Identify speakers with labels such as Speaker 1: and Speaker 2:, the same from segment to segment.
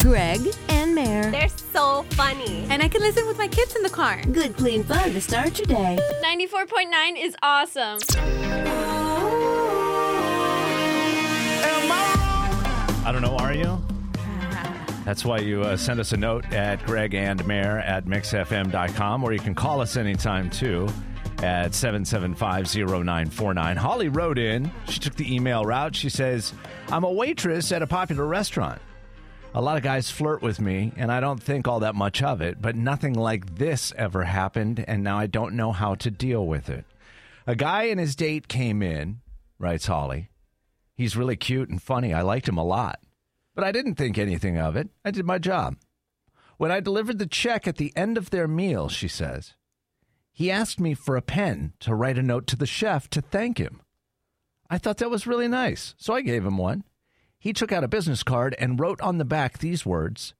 Speaker 1: Greg, and Mare.
Speaker 2: They're so funny.
Speaker 3: And I can listen with my kids in the car.
Speaker 1: Good, clean fun to start your day.
Speaker 4: 94.9 is awesome.
Speaker 5: I don't know, are you? That's why you uh, send us a note at Greg and Mayor at mixfm.com, or you can call us anytime too at 775-0949. Holly wrote in. She took the email route. She says, "I'm a waitress at a popular restaurant. A lot of guys flirt with me, and I don't think all that much of it, but nothing like this ever happened, and now I don't know how to deal with it. A guy and his date came in, writes Holly. He's really cute and funny. I liked him a lot. But I didn't think anything of it. I did my job. When I delivered the check at the end of their meal, she says, he asked me for a pen to write a note to the chef to thank him. I thought that was really nice, so I gave him one. He took out a business card and wrote on the back these words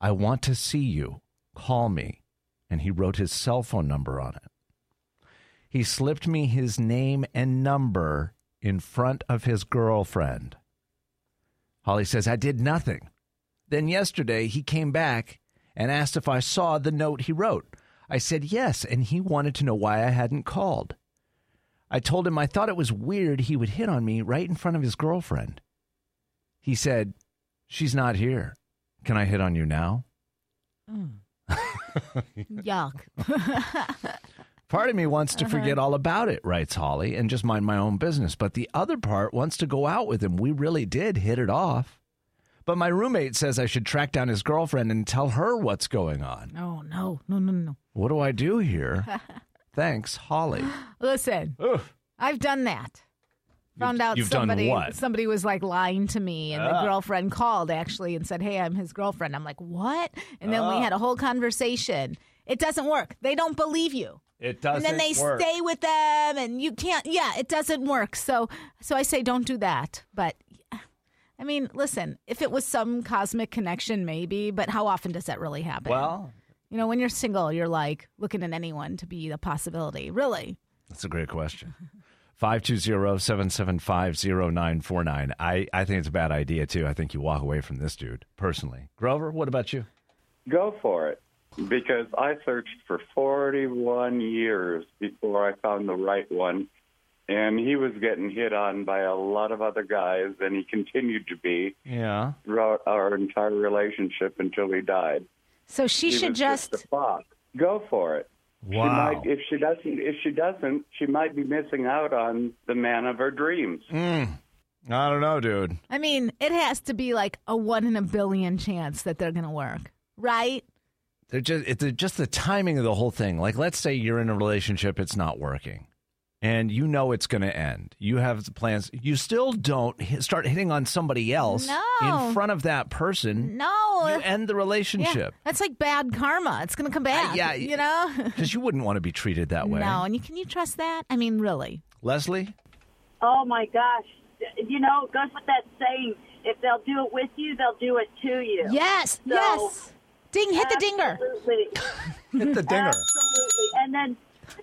Speaker 5: I want to see you. Call me. And he wrote his cell phone number on it. He slipped me his name and number in front of his girlfriend. Holly says, I did nothing. Then yesterday he came back and asked if I saw the note he wrote. I said yes, and he wanted to know why I hadn't called. I told him I thought it was weird he would hit on me right in front of his girlfriend. He said, She's not here. Can I hit on you now?
Speaker 3: Yuck.
Speaker 5: Part of me wants
Speaker 3: Uh-huh.
Speaker 5: to forget all about it, writes Holly, and just mind my own business. But the other part wants to go out with him. We really did hit it off. But my roommate says I should track down his girlfriend and tell her what's going on.
Speaker 3: No, no, no, no, no.
Speaker 5: What do I do here? Thanks, Holly.
Speaker 3: Listen, I've done that. Found out
Speaker 5: you've done
Speaker 3: somebody
Speaker 5: what? Ah.
Speaker 3: somebody was like lying to me, and the girlfriend called actually and said, "Hey, I'm his girlfriend." I'm like, "What?" And then
Speaker 5: Ah.
Speaker 3: we had a whole conversation. It doesn't work. They don't believe you,
Speaker 5: It doesn't
Speaker 3: and then they stay with them, and you can't. Yeah, it doesn't work. So, so I say, don't do that. But, I mean, listen, if it was some cosmic connection, maybe. But how often does that really happen?
Speaker 5: Well,
Speaker 3: you know, when you're single, you're like looking at anyone to be the possibility. Really,
Speaker 5: that's a great question. 520-775-0949. I, I think it's a bad idea, too. I think you walk away from this dude, personally. Grover, what about you?
Speaker 6: Go for it. Because I searched for 41 years before I found the right one. And he was getting hit on by a lot of other guys, and he continued to be
Speaker 5: Yeah.
Speaker 6: throughout our entire relationship until he died.
Speaker 3: so she
Speaker 6: He
Speaker 3: should
Speaker 6: was just,
Speaker 3: just
Speaker 6: a fox. go for it. She
Speaker 5: Wow.
Speaker 6: might, if she doesn't, if she doesn't, she might be missing out on the man of her dreams.
Speaker 5: Mm. I don't know, dude.
Speaker 3: I mean, it has to be like a one in a billion chance that they're going to work, right?
Speaker 5: They're just it's just the timing of the whole thing. Like, let's say you're in a relationship, it's not working, and you know it's going to end. You have the plans. You still don't hit, start hitting on somebody else
Speaker 3: No.
Speaker 5: in front of that person.
Speaker 3: No.
Speaker 5: you end the
Speaker 3: Yeah,
Speaker 5: relationship
Speaker 3: that's like bad karma. It's going to come back.
Speaker 5: yeah,
Speaker 3: You know?
Speaker 5: because you wouldn't want to be treated that way.
Speaker 3: No. And you, can you trust that? I mean, really?
Speaker 5: Leslie,
Speaker 7: Oh my gosh. You know, it goes with that saying if they'll do it with you, they'll do it to you.
Speaker 3: Yes.
Speaker 7: So-
Speaker 3: yes. Ding, hit the dinger.
Speaker 7: Absolutely.
Speaker 5: hit the dinger.
Speaker 3: Uh,
Speaker 7: Absolutely. And then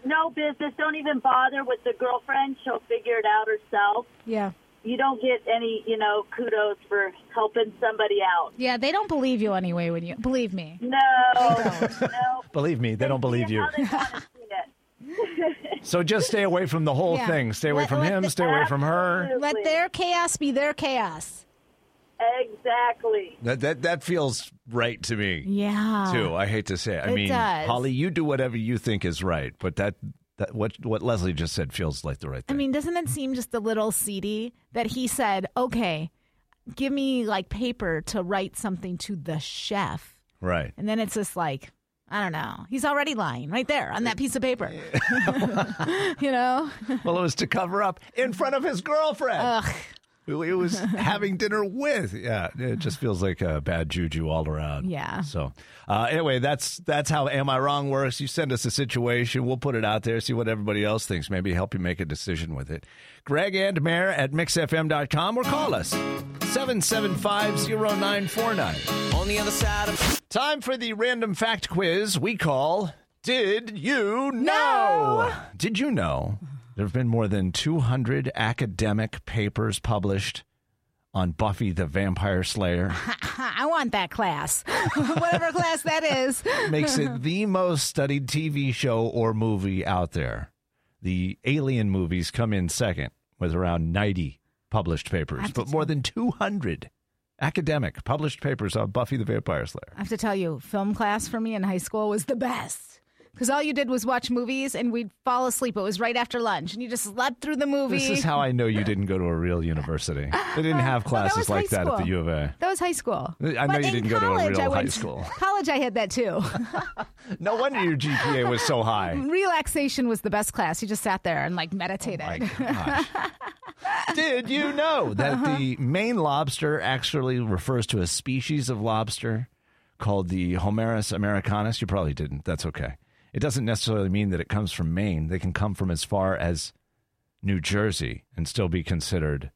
Speaker 7: no business. Don't even bother with the girlfriend. She'll figure it out herself.
Speaker 3: Yeah.
Speaker 7: You don't get any, you know, kudos for helping somebody out.
Speaker 3: Yeah. They don't believe you anyway when you believe me.
Speaker 7: No. no.
Speaker 5: Believe me, they don't believe
Speaker 7: See
Speaker 5: you.
Speaker 7: how they wanna see it.
Speaker 5: So just stay away from the whole
Speaker 3: Yeah.
Speaker 5: thing. Stay away
Speaker 3: Let-
Speaker 5: from
Speaker 3: let
Speaker 5: him.
Speaker 3: the-
Speaker 5: stay away from her.
Speaker 7: Absolutely.
Speaker 3: Let their chaos be their chaos.
Speaker 7: Exactly.
Speaker 5: That that that feels right to me.
Speaker 3: Yeah.
Speaker 5: too. I hate to say. It. I
Speaker 3: Oh. It
Speaker 5: mean,
Speaker 3: does.
Speaker 5: Holly, you do whatever you think is right, but that, that what what Leslie just said feels like the right
Speaker 3: I
Speaker 5: thing.
Speaker 3: mean, doesn't it seem just a little seedy that he said, okay, give me like paper to write something to the chef?
Speaker 5: right?
Speaker 3: And then it's just like, I don't know. He's already lying right there on that piece of paper. you know?
Speaker 5: Well, it was to cover up in front of his girlfriend.
Speaker 3: Ugh.
Speaker 5: who he was having dinner with. Yeah, it just feels like a bad juju all around.
Speaker 3: Yeah.
Speaker 5: So uh, anyway, that's that's how Am I Wrong works. You send us a situation, we'll put it out there, see what everybody else thinks, maybe help you make a decision with it. Greg and Mayor at mixfm.com or call us 7750949. On the other side of time for the random fact quiz we call Did You Know? Did you know there have been more than 200 academic papers published on Buffy the Vampire Slayer
Speaker 3: I want that class, whatever class that is.
Speaker 5: makes it the most studied TV show or movie out there. The Alien movies come in second with around 90 published papers, but more than 200 academic published papers on Buffy the Vampire Slayer.
Speaker 3: I have to tell you, film class for me in high school was the best. Because all you did was watch movies and we'd fall asleep. It was right after lunch and you just slept through the movie.
Speaker 5: This is how I know you didn't go to a real university. They didn't have
Speaker 3: No, that
Speaker 5: classes
Speaker 3: was
Speaker 5: like
Speaker 3: high
Speaker 5: that at the
Speaker 3: school.
Speaker 5: U of A.
Speaker 3: That was high school.
Speaker 5: I know
Speaker 3: But
Speaker 5: you
Speaker 3: in
Speaker 5: didn't go to a
Speaker 3: college,
Speaker 5: real
Speaker 3: I
Speaker 5: high
Speaker 3: went-
Speaker 5: school.
Speaker 3: College, I had that too.
Speaker 5: No wonder your GPA was so high.
Speaker 3: Relaxation was the best class. You just sat there and like meditated.
Speaker 5: Oh My gosh. Did you know that
Speaker 3: Uh-huh.
Speaker 5: the Maine lobster actually refers to a species of lobster called the Homerus americanus? You probably didn't. That's okay. It doesn't necessarily mean that it comes from Maine. They can come from as far as New Jersey and still be considered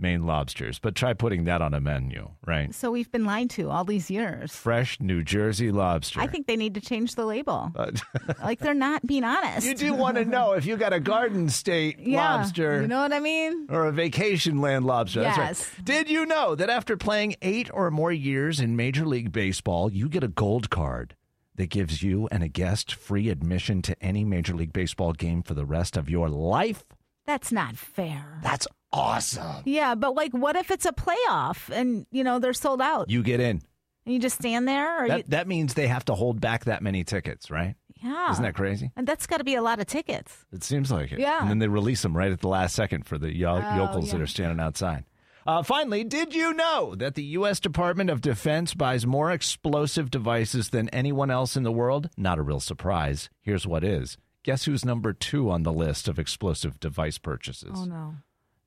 Speaker 5: Maine lobsters. But try putting that on a menu, right?
Speaker 3: so we've been lied to all these years.
Speaker 5: Fresh New Jersey lobster.
Speaker 3: I think they need to change the label.
Speaker 5: But-
Speaker 3: like they're not being honest.
Speaker 5: you do want to know if you got a Garden State
Speaker 3: yeah,
Speaker 5: lobster.
Speaker 3: You know what I mean?
Speaker 5: Or a vacation land lobster. That's
Speaker 3: Yes.
Speaker 5: right. Did you know that after playing eight or more years in Major League Baseball, you get a gold card that gives you and a guest free admission to any Major League Baseball game for the rest of your life?
Speaker 3: That's not fair.
Speaker 5: That's awesome.
Speaker 3: Yeah, but like, what if it's a playoff and you know they're sold out
Speaker 5: You get in.
Speaker 3: and you just stand there? Or you,
Speaker 5: That, that means they have to hold back that many tickets, right?
Speaker 3: yeah,
Speaker 5: Isn't that crazy?
Speaker 3: and that's got to be a lot of tickets.
Speaker 5: It seems like it.
Speaker 3: Yeah. Oh,
Speaker 5: And then they release them right at the last second for the yo- yokels that
Speaker 3: yeah.
Speaker 5: are standing outside. Uh, finally, did you know that the U.S. Department of Defense buys more explosive devices than anyone else in the world? Not a real surprise. Here's what is. Guess who's number two on the list of explosive device purchases?
Speaker 3: Oh no.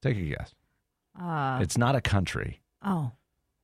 Speaker 5: Take a guess.
Speaker 3: Uh,
Speaker 5: It's not a country,
Speaker 3: oh,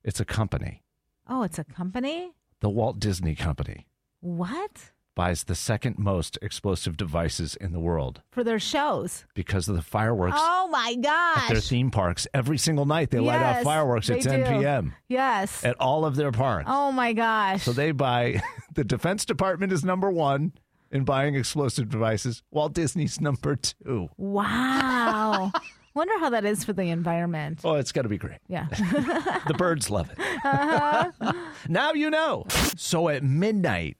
Speaker 5: it's a company.
Speaker 3: oh, it's a company.
Speaker 5: The Walt Disney Company
Speaker 3: What
Speaker 5: buys the second most explosive devices in the world
Speaker 3: for their shows?
Speaker 5: because of the fireworks
Speaker 3: Oh my
Speaker 5: at their
Speaker 3: gosh!
Speaker 5: theme parks every single night. They light off
Speaker 3: Yes,
Speaker 5: fireworks at
Speaker 3: they
Speaker 5: 10
Speaker 3: do.
Speaker 5: p.m.
Speaker 3: Yes.
Speaker 5: at all of their parks.
Speaker 3: Oh my gosh!
Speaker 5: So they buy, the Defense Department is number one in buying explosive devices, Walt Disney's number two.
Speaker 3: wow. Wonder how that is for the environment.
Speaker 5: Oh, it's got to be great.
Speaker 3: Yeah.
Speaker 5: The birds love it.
Speaker 3: Uh-huh.
Speaker 5: now you know. So at midnight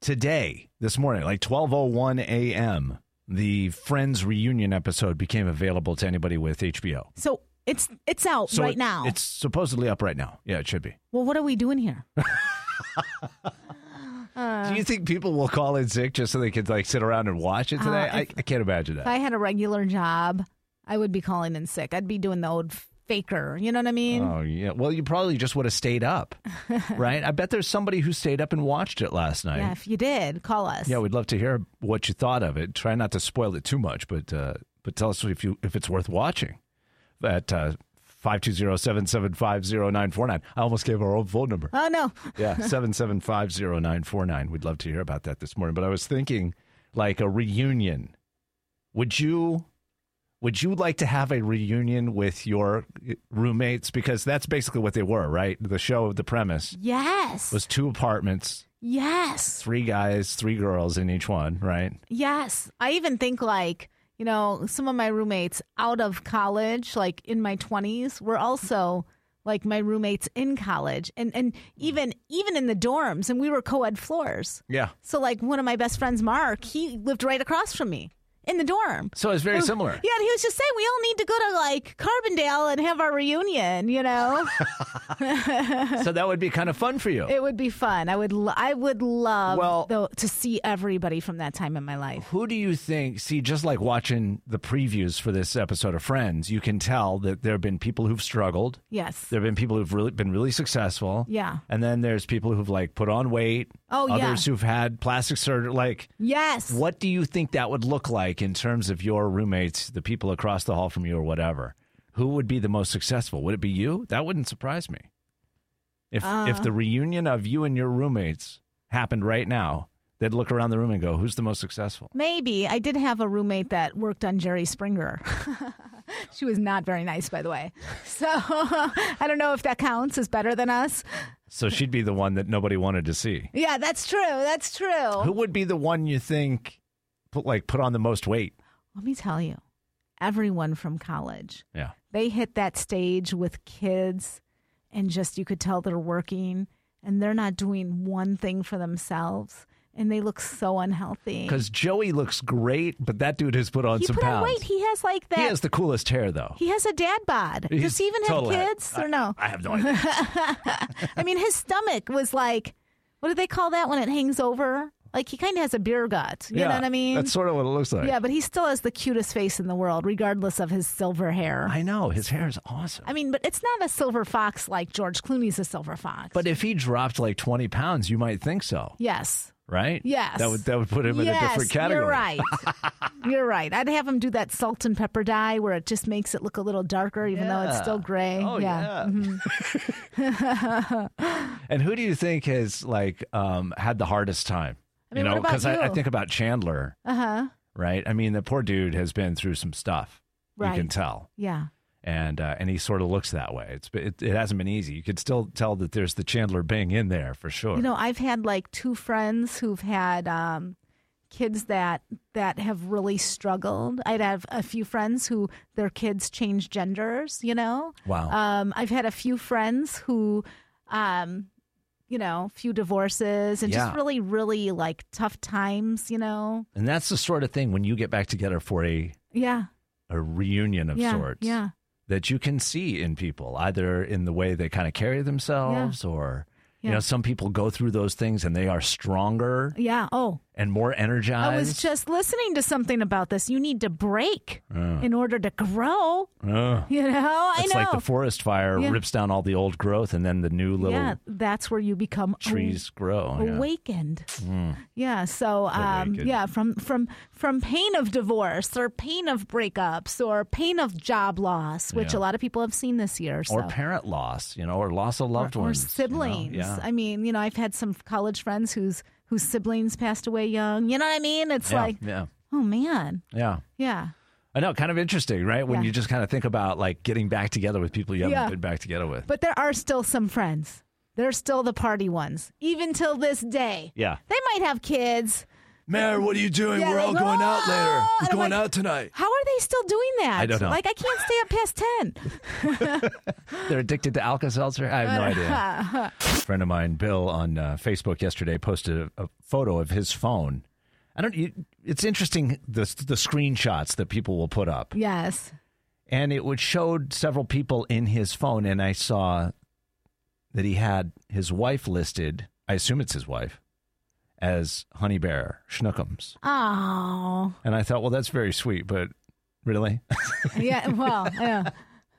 Speaker 5: today, this morning, like 12:01 a.m., the Friends reunion episode became available to anybody with HBO.
Speaker 3: so it's it's out
Speaker 5: So
Speaker 3: right
Speaker 5: it-
Speaker 3: now.
Speaker 5: It's supposedly up right now. Yeah, it should be.
Speaker 3: well, what are we doing here? Uh,
Speaker 5: Do you think people will call in sick just so they could like sit around and watch it
Speaker 3: Uh,
Speaker 5: today? I,
Speaker 3: if-
Speaker 5: I can't imagine that.
Speaker 3: If I had a regular job, I would be calling in sick. I'd be doing the old faker. You know what I mean?
Speaker 5: oh yeah. Well, you probably just would have stayed up, right? I bet there's somebody who stayed up and watched it last night.
Speaker 3: yeah, if you did, call us.
Speaker 5: Yeah, we'd love to hear what you thought of it. Try not to spoil it too much, but uh, but tell us if you if it's worth watching. At uh, five two zero seven seven five zero nine four nine. I almost gave our old phone number.
Speaker 3: oh no.
Speaker 5: Yeah, seven seven five zero nine four nine. We'd love to hear about that this morning. But I was thinking, like a reunion. Would you, would you like to have a reunion with your roommates? Because that's basically what they were, right? The show, the premise
Speaker 3: Yes.
Speaker 5: was two apartments,
Speaker 3: yes.
Speaker 5: three guys, three girls in each one, right?
Speaker 3: Yes. I even think like, you know, some of my roommates out of college, like in my 20s, were also like my roommates in college and and even even in the dorms and we were co-ed floors.
Speaker 5: Yeah.
Speaker 3: So like one of my best friends Mark, he lived right across from me in the dorm.
Speaker 5: So it's very similar.
Speaker 3: Yeah, and he was just saying we all need to go to like Carbondale and have our reunion, you know?
Speaker 5: So that would be kind of fun for you.
Speaker 3: it would be fun. I would lo- I would love
Speaker 5: Well-
Speaker 3: though to see everybody from that time in my life.
Speaker 5: Who do you think? See, just like watching the previews for this episode of Friends, you can tell that there have been people who've struggled.
Speaker 3: Yes.
Speaker 5: There have been people who've really been really successful.
Speaker 3: Yeah.
Speaker 5: And then there's people who've like put on weight.
Speaker 3: Oh, yeah.
Speaker 5: Others who've had plastic surgery. Like,
Speaker 3: yes.
Speaker 5: what do you think that would look like in terms of your roommates, the people across the hall from you, or whatever? Who would be the most successful? Would it be you? That wouldn't surprise me. If
Speaker 3: Uh.
Speaker 5: if the reunion of you and your roommates happened right now, they'd look around the room and go, "Who's the most successful?"
Speaker 3: Maybe. I did have a roommate that worked on Jerry Springer. she was not very nice, by the way. So I don't know if that counts as better than us.
Speaker 5: So she'd be the one that nobody wanted to see.
Speaker 3: Yeah, that's true. That's true.
Speaker 5: Who would be the one you think put like put on the most weight?
Speaker 3: Let me tell you, everyone from college.
Speaker 5: Yeah.
Speaker 3: they hit that stage with kids and just you could tell they're working and they're not doing one thing for themselves and they look so unhealthy.
Speaker 5: Because Joey looks great, but that dude has put on
Speaker 3: he
Speaker 5: some
Speaker 3: put on
Speaker 5: pounds.
Speaker 3: weight. He has like that.
Speaker 5: He has the coolest hair, though.
Speaker 3: He has a dad bod. Does
Speaker 5: He's
Speaker 3: he even have
Speaker 5: total head.
Speaker 3: kids
Speaker 5: I-
Speaker 3: or no?
Speaker 5: I have no idea.
Speaker 3: I mean, his stomach was like, what do they call that when it hangs over? Like he kind of has a beer gut. You
Speaker 5: yeah,
Speaker 3: know what I mean?
Speaker 5: That's sort of what it looks like.
Speaker 3: yeah, but he still has the cutest face in the world, regardless of his silver hair. I,
Speaker 5: I know. His hair is awesome.
Speaker 3: mean, but it's not a silver fox like George Clooney's a silver fox.
Speaker 5: But if he dropped like 20 pounds, you might think so,
Speaker 3: yes,
Speaker 5: right?
Speaker 3: Yes.
Speaker 5: That would that would put him in a
Speaker 3: yes,
Speaker 5: different category.
Speaker 3: you're right. you're right. I'd have him do that salt and pepper dye where it just makes it look a little darker, even though it's
Speaker 5: Yeah.
Speaker 3: still gray. Mm-hmm.
Speaker 5: Oh yeah. and who do you think has like um, had the hardest time?
Speaker 3: I mean,
Speaker 5: you
Speaker 3: what
Speaker 5: know,
Speaker 3: about
Speaker 5: I, I
Speaker 3: you?
Speaker 5: think about Chandler,
Speaker 3: Uh huh.
Speaker 5: right? I mean, the poor dude has been through some stuff.
Speaker 3: Right.
Speaker 5: You can tell.
Speaker 3: Yeah.
Speaker 5: and uh, and he sort of looks that way. It's it, it hasn't been easy. You could still tell that there's the Chandler Bing in there for sure.
Speaker 3: You know, I've had like two friends who've had um, kids that that have really struggled. I'd have a few friends who their kids change genders. You know,
Speaker 5: wow.
Speaker 3: um, I've had a few friends who, um, you know, few divorces and
Speaker 5: Yeah.
Speaker 3: just really, really like tough times. You know,
Speaker 5: and that's the sort of thing when you get back together for a
Speaker 3: yeah,
Speaker 5: a reunion of
Speaker 3: yeah,
Speaker 5: sorts
Speaker 3: yeah.
Speaker 5: that you can see in people either in the way they kind of carry themselves or you
Speaker 3: Yeah.
Speaker 5: know some people go through those things and they are stronger
Speaker 3: Yeah. Oh,
Speaker 5: and more energized.
Speaker 3: I was just listening to something about this. You need to break in order to grow.
Speaker 5: Ugh.
Speaker 3: You know,
Speaker 5: Oh, it's
Speaker 3: I know.
Speaker 5: like the forest fire
Speaker 3: Yeah.
Speaker 5: rips down all the old growth and then the new little
Speaker 3: yeah, that's where you become a-
Speaker 5: trees grow. yeah. Mm.
Speaker 3: awakened. Yeah. So, um,
Speaker 5: Awakened.
Speaker 3: yeah, from from from pain of divorce or pain of breakups or pain of job loss, which
Speaker 5: Yeah.
Speaker 3: a lot of people have seen this year. So.
Speaker 5: or parent loss, you know, or loss of loved
Speaker 3: or, or
Speaker 5: ones, you know?
Speaker 3: siblings.
Speaker 5: Yeah.
Speaker 3: I mean, you know, I've had some college friends whose whose siblings passed away young. You know what I mean? It's
Speaker 5: yeah,
Speaker 3: like,
Speaker 5: yeah,
Speaker 3: oh man,
Speaker 5: yeah.
Speaker 3: yeah,
Speaker 5: I know, kind of interesting, right? When
Speaker 3: Yeah.
Speaker 5: you just kind of think about like getting back together with people you haven't
Speaker 3: Yeah.
Speaker 5: been back together with.
Speaker 3: but there are still some friends. They're still the party ones, even till this day.
Speaker 5: yeah,
Speaker 3: They might have kids.
Speaker 5: Mayor, what are you doing?
Speaker 3: Yeah,
Speaker 5: We're all
Speaker 3: like,
Speaker 5: going out
Speaker 3: "Oh!"
Speaker 5: later. We're
Speaker 3: And I'm
Speaker 5: going
Speaker 3: like-
Speaker 5: out tonight.
Speaker 3: How are they still doing that?
Speaker 5: I don't know.
Speaker 3: Like, I can't stay up past 10.
Speaker 5: They're addicted to Alka Seltzer. I have no idea. friend of mine, Bill, on uh, Facebook yesterday posted a, a photo of his phone. I don't. You, it's interesting the the screenshots that people will put up.
Speaker 3: Yes.
Speaker 5: and it would showed several people in his phone and i saw that he had his wife listed i assume it's his wife as honey bear schnookums
Speaker 3: Oh,
Speaker 5: and i thought well that's very sweet but really
Speaker 3: yeah. Well, yeah.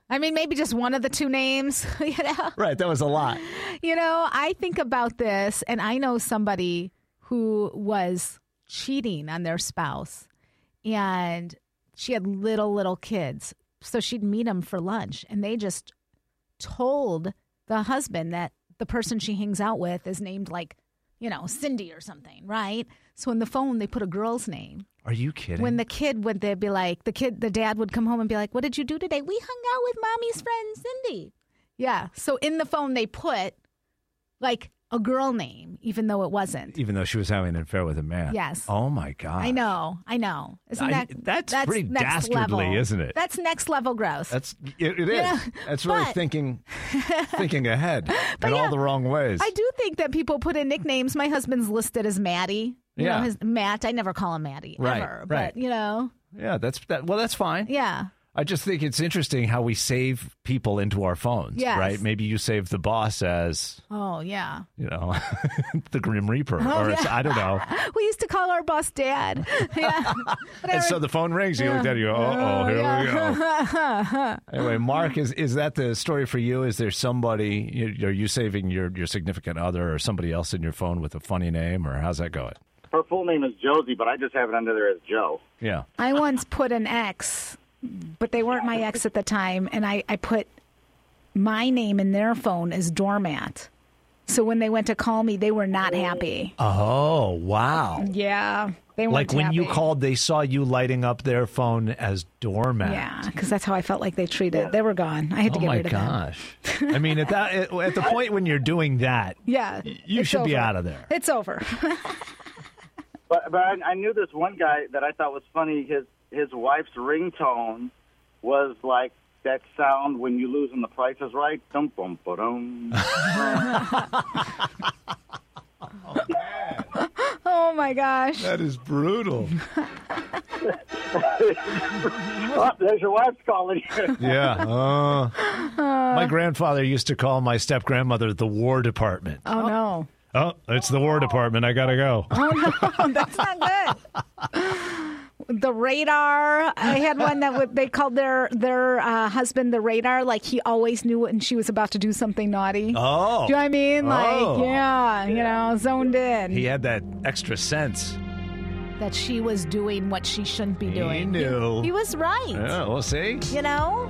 Speaker 3: I mean, maybe just one of the two names. You know,
Speaker 5: right that was a lot
Speaker 3: you know. I think about this, and I know somebody who was cheating on their spouse, and she had little, little kids. So she'd meet him for lunch, and they just told the husband that the person she hangs out with is named like, you know, Cindy or something, right? So on the phone, they put a girl's name.
Speaker 5: are you kidding
Speaker 3: When the kid would they'd be like the kid the dad would come home and be like, What did you do today? We hung out with mommy's friend Cindy. Yeah. So in the phone they put like a girl name, even though it wasn't.
Speaker 5: even though she was having an affair with a man
Speaker 3: Yes.
Speaker 5: oh my god
Speaker 3: I know, I know. Isn't
Speaker 5: I-
Speaker 3: that
Speaker 5: that's pretty
Speaker 3: next
Speaker 5: dastardly,
Speaker 3: level.
Speaker 5: isn't it?
Speaker 3: That's next level gross.
Speaker 5: that's it, it is
Speaker 3: Yeah,
Speaker 5: that's really
Speaker 3: but-
Speaker 5: thinking thinking ahead in all
Speaker 3: yeah,
Speaker 5: the wrong ways
Speaker 3: I do think that people put in nicknames. My husband's listed as Maddie. You
Speaker 5: Yeah.
Speaker 3: know, his Matt. I never call him Maddie
Speaker 5: Right,
Speaker 3: ever.
Speaker 5: right.
Speaker 3: But you know,
Speaker 5: yeah that's that well that's fine
Speaker 3: yeah.
Speaker 5: I just think it's interesting how we save people into our phones,
Speaker 3: Yes.
Speaker 5: right? Maybe you save the boss as,
Speaker 3: Oh yeah.
Speaker 5: you know, the Grim Reaper,
Speaker 3: Oh,
Speaker 5: or it's, I don't know.
Speaker 3: We used to call our boss Dad. yeah. But I
Speaker 5: And so the phone rings, you look at it, you go, oh, here we go. Anyway, Mark, is, is that the story for you? Is there somebody, you- are you saving your, your significant other or somebody else in your phone with a funny name, or how's that going?
Speaker 2: Her full name is Josie, but I just have it under there as Joe.
Speaker 5: Yeah.
Speaker 3: I once put an ex, but they weren't my ex at the time, and I, I put my name in their phone as doormat. So when they went to call me, they were not happy.
Speaker 5: Oh, wow.
Speaker 3: Yeah, Mm-hmm. they weren't
Speaker 5: Like when you
Speaker 3: happy.
Speaker 5: called, they saw you lighting up their phone as doormat.
Speaker 3: Yeah, because that's how I felt like they treated. They were gone. I had to
Speaker 5: Oh
Speaker 3: get
Speaker 5: my
Speaker 3: rid of them.
Speaker 5: gosh! I mean, at that at at the point when you're doing that,
Speaker 3: Yeah,
Speaker 5: you
Speaker 3: it's
Speaker 5: should be
Speaker 3: over.
Speaker 5: out of there.
Speaker 3: It's over.
Speaker 2: But but I, I knew this one guy that I thought was funny. His his wife's ringtone was like that sound when you lose and the price is right. Dum bum ba dum.
Speaker 3: Oh my gosh.
Speaker 8: That is brutal.
Speaker 2: Oh, there's your wife's calling.
Speaker 5: Yeah. uh.
Speaker 3: Uh.
Speaker 5: my grandfather used to call my step grandmother the War Department.
Speaker 3: Oh no.
Speaker 5: Oh, it's the War Department. I got to go.
Speaker 3: Uh-huh. That's not good. The radar. I had one that would, they called their their uh, husband the radar. Like he always knew when she was about to do something naughty.
Speaker 5: Oh.
Speaker 3: Do you know what I mean? Like,
Speaker 5: Oh.
Speaker 3: yeah, you know, zoned in.
Speaker 5: He had that extra sense.
Speaker 3: that she was doing what she shouldn't be
Speaker 5: He
Speaker 3: doing.
Speaker 5: knew.
Speaker 3: He was right.
Speaker 5: yeah, we'll see.
Speaker 3: You know?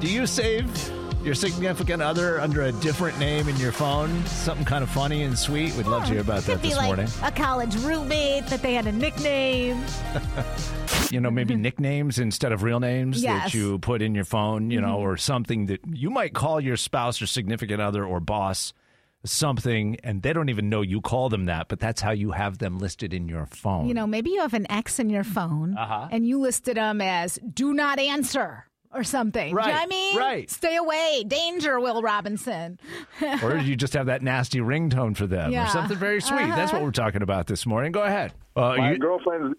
Speaker 5: Do you save your significant other under a different name in your phone? Something kind of funny and sweet? We'd love to hear about
Speaker 3: Could
Speaker 5: that
Speaker 3: be
Speaker 5: this
Speaker 3: like
Speaker 5: morning.
Speaker 3: a college roommate that they had a nickname.
Speaker 5: You know, maybe nicknames instead of real names
Speaker 3: Yes. Mm-hmm.
Speaker 5: that you put in your phone, you know, or something that you might call your spouse or significant other or boss something, and they don't even know you call them that, but that's how you have them listed in your phone.
Speaker 3: You know, maybe you have an ex in your phone
Speaker 5: Uh-huh.
Speaker 3: and you listed them as do not answer or something. Do you know
Speaker 5: Right,
Speaker 3: what I mean?
Speaker 5: right.
Speaker 3: Stay away. Danger, Will Robinson.
Speaker 5: or you just have that nasty ringtone for them
Speaker 3: Yeah. Uh-huh.
Speaker 5: or something very sweet. That's what we're talking about this morning. Go ahead. Uh,
Speaker 2: My
Speaker 5: you-
Speaker 2: girlfriend,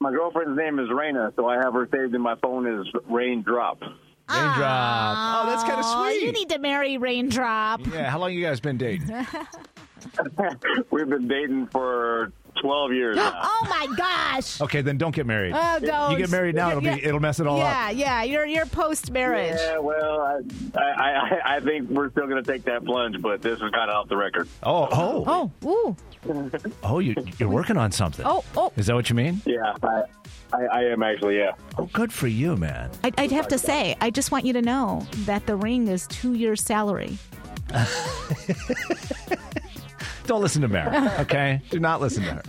Speaker 2: my girlfriend's name is Raina, so I have her saved in my phone as Raindrop.
Speaker 5: raindrop. Oh, that's kind of
Speaker 3: Aw,
Speaker 5: sweet.
Speaker 3: you need to marry Raindrop.
Speaker 5: yeah, how long you guys been dating?
Speaker 2: We've been dating for 12 years now.
Speaker 3: Oh my gosh.
Speaker 5: Okay, then don't get married.
Speaker 3: Oh, don't.
Speaker 5: You get married now, it'll be
Speaker 3: Yeah.
Speaker 5: it'll mess it all up.
Speaker 3: Yeah, yeah. You're you're post marriage.
Speaker 2: Yeah, well, I, I, I, I think we're still going to take that plunge, but this is kind of off the record.
Speaker 5: Oh, oh, oh,
Speaker 3: Oh, ooh.
Speaker 5: you you're working on something.
Speaker 3: Oh, oh.
Speaker 5: Is that what you mean?
Speaker 2: Yeah, I, I, I am actually, yeah.
Speaker 5: Oh, good for you, man.
Speaker 3: I'd, I'd have to say, I just want you to know that the ring is two years' salary.
Speaker 5: Don't listen to Mary. Okay, do not listen to her.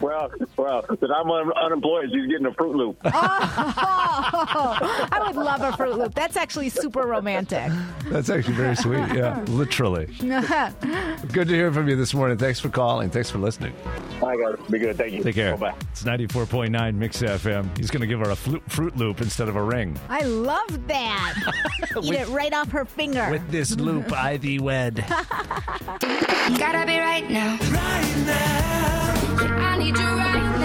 Speaker 2: Well, well, that I'm un- unemployed. She's getting a Fruit Loop.
Speaker 3: I would love a Fruit Loop. That's actually super romantic.
Speaker 5: That's actually very sweet. Yeah, literally. Good to hear from you this morning. Thanks for calling. Thanks for listening.
Speaker 2: I got it. Be good. Thank you.
Speaker 5: Take care.
Speaker 2: Bye-bye.
Speaker 5: It's 94.9 Mix FM. He's going to give her a flu- Fruit Loop instead of a ring.
Speaker 3: I love that. Eat it right off her finger.
Speaker 5: With this loop, I thee wed.
Speaker 1: Gotta be right now. I need you right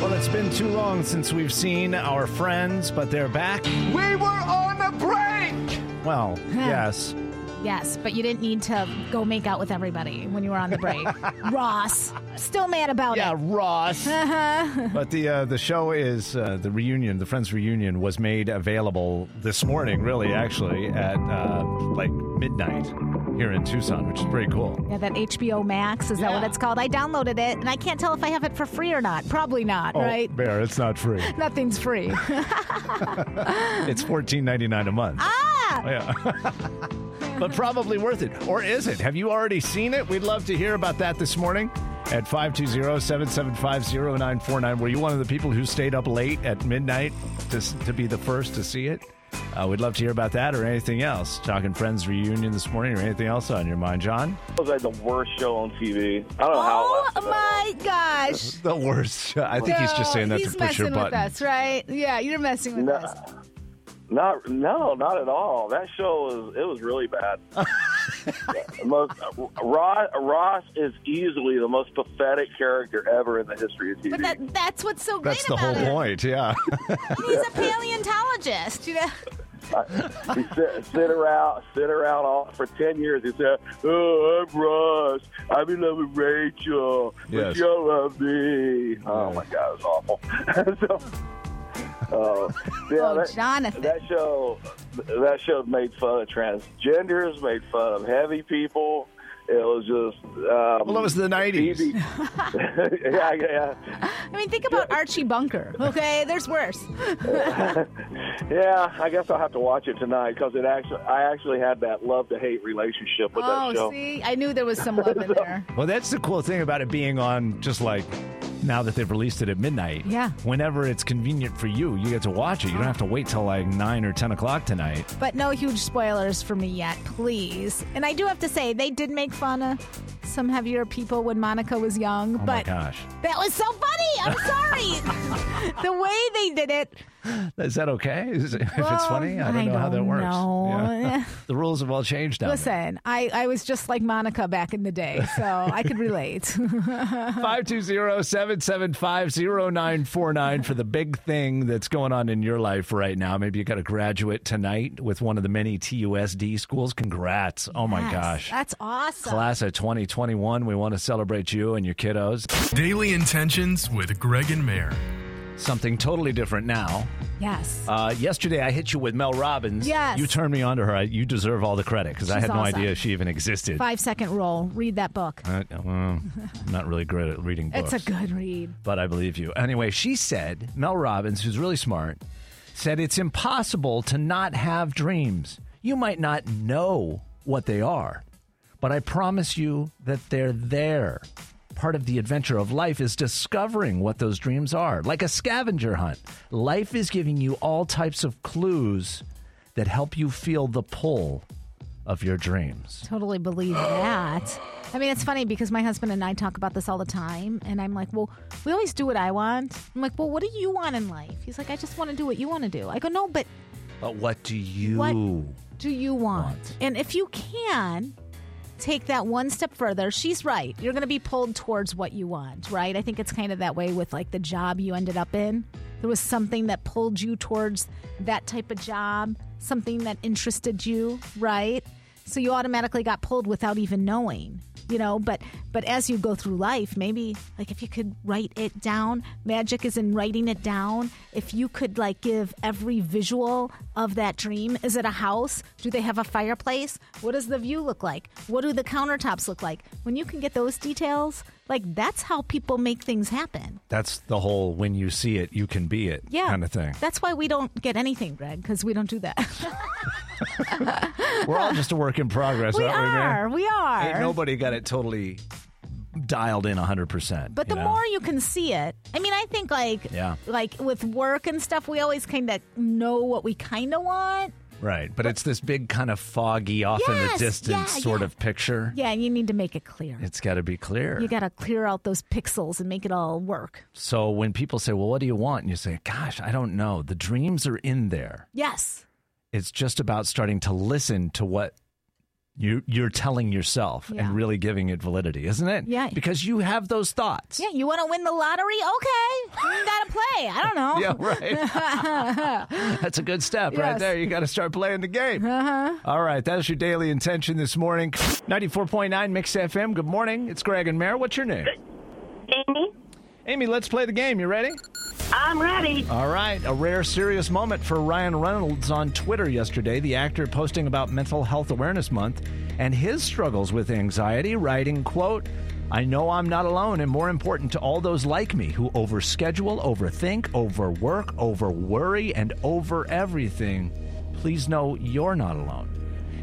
Speaker 1: now.
Speaker 5: Well, it's been too long since we've seen our friends, but they're back. We were on a break! Well, yes.
Speaker 3: yes, but you didn't need to go make out with everybody when you were on the break. Ross, still mad about
Speaker 5: Yeah,
Speaker 3: it.
Speaker 5: Ross. but the uh, the show is uh, the reunion. The Friends reunion was made available this morning, really, actually, at uh, like midnight here in Tucson, which is pretty cool.
Speaker 3: Yeah, that HBO Max, is that what
Speaker 5: Yeah.
Speaker 3: it's called? I downloaded it and I can't tell if I have it for free or not. Probably not, right?
Speaker 5: Oh, Bear, it's not free.
Speaker 3: Nothing's free.
Speaker 5: It's fourteen ninety nine a month.
Speaker 3: ah!
Speaker 5: Yeah. but probably worth it. Or is it? Have you already seen it? We'd love to hear about that this morning at 520-775-0949. Were you one of the people who stayed up late at midnight to, s- to be the first to see it? Uh, we'd love to hear about that or anything else. Talking Friends reunion this morning or anything else on your mind, John?
Speaker 2: That was like the worst show on TV. I don't know how.
Speaker 3: Oh my gosh.
Speaker 5: The worst. I think he's just saying that
Speaker 3: He's
Speaker 5: to push your
Speaker 3: messing with
Speaker 5: button.
Speaker 3: us, right? Yeah, you're messing with
Speaker 2: No.
Speaker 3: us.
Speaker 2: Not no, not at all. That show was it was really bad. The most Ross, Ross is easily the most pathetic character ever in the history of TV.
Speaker 3: But that, that's what's so great
Speaker 5: That's the
Speaker 3: about
Speaker 5: whole
Speaker 3: it.
Speaker 5: point, yeah.
Speaker 3: He's a paleontologist, you know.
Speaker 2: He sit, sit around, sit around all for ten years. He said, "Oh, I'm Ross. I'm in love with Rachel.
Speaker 5: Yes.
Speaker 2: But you don't love me." Oh my God, it was awful. so, oh, yeah,
Speaker 3: Oh,
Speaker 2: that-
Speaker 3: Jonathan.
Speaker 2: That show, that show made fun of transgenders, made fun of heavy people. It was just. Um,
Speaker 5: Well, it was the 90s.
Speaker 2: Phoebe- yeah, yeah,
Speaker 3: I mean, think about Archie Bunker. Okay, there's worse.
Speaker 2: yeah. I guess I'll have to watch it tonight because it actually, I actually had that love to hate relationship with that
Speaker 3: Oh,
Speaker 2: show.
Speaker 3: see, I knew there was some love in there.
Speaker 5: Well, that's the cool thing about it being on just like now that they've released it at midnight.
Speaker 3: Yeah.
Speaker 5: Whenever it's convenient for you, you get to watch it. You don't have to wait till like 9 or 10 o'clock tonight.
Speaker 3: But no huge spoilers for me yet, please. And I do have to say, they did make fun of some heavier people when Monica was young.
Speaker 5: Oh
Speaker 3: but
Speaker 5: my gosh.
Speaker 3: that was so funny. I'm sorry. the way they did it
Speaker 5: Is that okay? Is, if it's
Speaker 3: Well,
Speaker 5: funny, I don't
Speaker 3: I
Speaker 5: know how that
Speaker 3: don't
Speaker 5: works.
Speaker 3: know.
Speaker 5: the rules have all changed now.
Speaker 3: Listen, I, I was just like Monica back in the day, so I could relate.
Speaker 5: 520-775-0949 for the big thing that's going on in your life right now. Maybe you got a graduate tonight with one of the many TUSD schools. Congrats. Oh my
Speaker 3: Yes,
Speaker 5: gosh.
Speaker 3: That's awesome.
Speaker 5: Class of 2021, we want to celebrate you and your kiddos.
Speaker 8: Daily Intentions with Greg and Mayor.
Speaker 5: Something totally different now.
Speaker 3: Yes.
Speaker 5: Uh, yesterday, I hit you with Mel Robbins.
Speaker 3: Yes.
Speaker 5: You turned me on to her. I, you deserve all the credit because I
Speaker 3: She's
Speaker 5: had no
Speaker 3: awesome.
Speaker 5: idea she even existed.
Speaker 3: Five second rule. Read that book.
Speaker 5: Uh, well, I'm not really great at reading books.
Speaker 3: It's a good read.
Speaker 5: but I believe you. Anyway, she said, Mel Robbins, who's really smart, said it's impossible to not have dreams. You might not know what they are, but I promise you that they're there. Part of the adventure of life is discovering what those dreams are, like a scavenger hunt. Life is giving you all types of clues that help you feel the pull of your dreams.
Speaker 3: Totally believe that. I mean, it's funny because my husband and I talk about this all the time, and I'm like, well, we always do what I want. I'm like, well, what do you want in life? He's like, I just want to do what you want to do. I go, no, but
Speaker 5: But what do you
Speaker 3: What do you want?
Speaker 5: Want.
Speaker 3: And if you can take that one step further, she's right. You're going to be pulled towards what you want, right? I think it's kind of that way with like the job you ended up in. There was something that pulled you towards that type of job, something that interested you, right? So you automatically got pulled without even knowing. You know, but but as you go through life, maybe like if you could write it down, magic is in writing it down. If you could like give every visual of that dream, is it a house? Do they have a fireplace? What does the view look like? What do the countertops look like? When you can get those details, like that's how people make things happen.
Speaker 5: That's the whole when you see it, you can be it
Speaker 3: Yeah.
Speaker 5: kind of thing.
Speaker 3: That's why we don't get anything, Greg, because we don't do that.
Speaker 5: We're all just a work in progress,
Speaker 3: we
Speaker 5: aren't we,
Speaker 3: are.
Speaker 5: man?
Speaker 3: We are.
Speaker 5: Ain't nobody got it totally dialed in 100%.
Speaker 3: But
Speaker 5: you
Speaker 3: the
Speaker 5: know?
Speaker 3: more you can see it, I mean, I think like
Speaker 5: Yeah.
Speaker 3: like with work and stuff, we always kind of know what we kind of want.
Speaker 5: Right. But it's this big kind of foggy, off in the
Speaker 3: Yes,
Speaker 5: distance
Speaker 3: yeah,
Speaker 5: sort
Speaker 3: yeah.
Speaker 5: of picture.
Speaker 3: Yeah, and you need to make it clear.
Speaker 5: It's got to be clear.
Speaker 3: you got to clear out those pixels and make it all work.
Speaker 5: so when people say, well, what do you want? And you say, gosh, I don't know. The dreams are in there.
Speaker 3: Yes.
Speaker 5: It's just about starting to listen to what. You, you're telling yourself
Speaker 3: Yeah.
Speaker 5: and really giving it validity, isn't it?
Speaker 3: Yeah.
Speaker 5: Because you have those thoughts.
Speaker 3: Yeah, you want to win the lottery? Okay. You got to play. I don't know.
Speaker 5: Yeah, right. That's a good step right
Speaker 3: Yes.
Speaker 5: there. You got to start playing the game. Uh-huh. right, that's your daily intention this morning. 94.9 Mix FM. Good morning. It's Greg and Mare. What's your name?
Speaker 7: Amy,
Speaker 5: Amy, let's play the game. You ready?
Speaker 7: I'm ready.
Speaker 5: All right. A rare serious moment for Ryan Reynolds on Twitter yesterday, the actor posting about Mental Health Awareness Month and his struggles with anxiety, writing, quote, I know I'm not alone and more important to all those like me who overschedule, overthink, overwork, overworry and over everything. Please know you're not alone.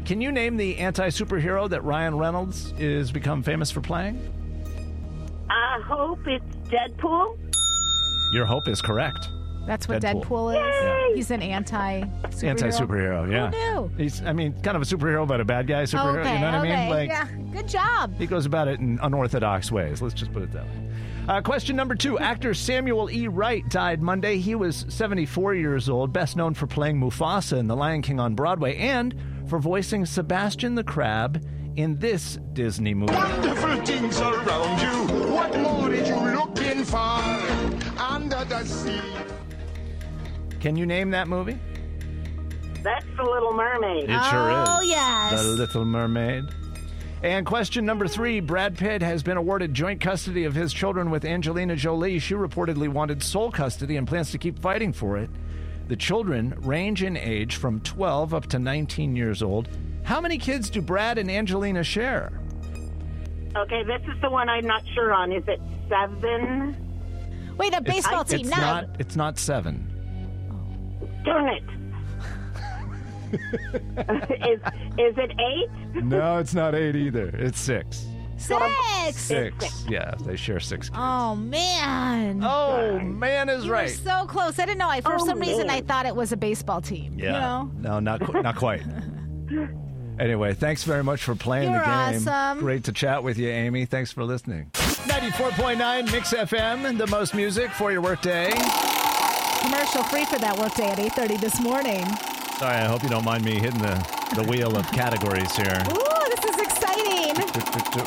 Speaker 5: Can you name the anti-superhero that Ryan Reynolds is become famous for playing?
Speaker 7: I hope it's Deadpool.
Speaker 5: Your hope is correct.
Speaker 3: That's what
Speaker 5: Deadpool.
Speaker 3: Deadpool, is. He's an anti
Speaker 5: Anti superhero, yeah.
Speaker 3: Who knew?
Speaker 5: He's, I mean, kind of a superhero, but a bad guy
Speaker 3: Oh,
Speaker 5: superhero.
Speaker 3: okay.
Speaker 5: You know what I mean?
Speaker 3: okay.
Speaker 5: Like,
Speaker 3: yeah. Good job.
Speaker 5: he goes about it in unorthodox ways. Let's just put it that way. Uh, question number two Actor Samuel E. Wright died Monday. He was 74 years old, best known for playing Mufasa in The Lion King on Broadway and for voicing Sebastian the Crab in this Disney movie.
Speaker 9: Wonderful things around you. What more are you looking for? Under the sea.
Speaker 5: Can you name that movie?
Speaker 7: That's the Little Mermaid.
Speaker 5: It sure is.
Speaker 3: Oh, yes.
Speaker 5: The Little Mermaid. And question number three Brad Pitt has been awarded joint custody of his children with Angelina Jolie. She reportedly wanted sole custody and plans to keep fighting for it. The children range in age from 12 up to 19 years old. How many kids do Brad and Angelina share?
Speaker 7: Okay, this is the one I'm not sure on. Is it seven?
Speaker 3: Wait, a baseball
Speaker 5: it's,
Speaker 3: team.
Speaker 5: it's
Speaker 3: nine.
Speaker 5: not. It's not seven.
Speaker 7: Darn it. is is it eight?
Speaker 5: No, it's not eight either. It's six.
Speaker 3: Six.
Speaker 5: Six. Yeah, they share six. Kids.
Speaker 3: Oh, man.
Speaker 5: Oh man, is
Speaker 3: You
Speaker 5: right.
Speaker 3: were so close. I didn't know. I for
Speaker 7: Oh,
Speaker 3: some reason
Speaker 7: man.
Speaker 3: I thought it was a baseball team. You know?
Speaker 5: No, not qu- not quite. Anyway, thanks very much for playing
Speaker 3: You're
Speaker 5: the game.
Speaker 3: awesome.
Speaker 5: Great to chat with you, Amy. Thanks for listening. 94.9 Mix FM, the most music for your workday.
Speaker 3: Commercial free for that workday at 8.30 this morning.
Speaker 5: Sorry, I hope you don't mind me hitting the, the wheel of categories here.
Speaker 3: Ooh, this is exciting.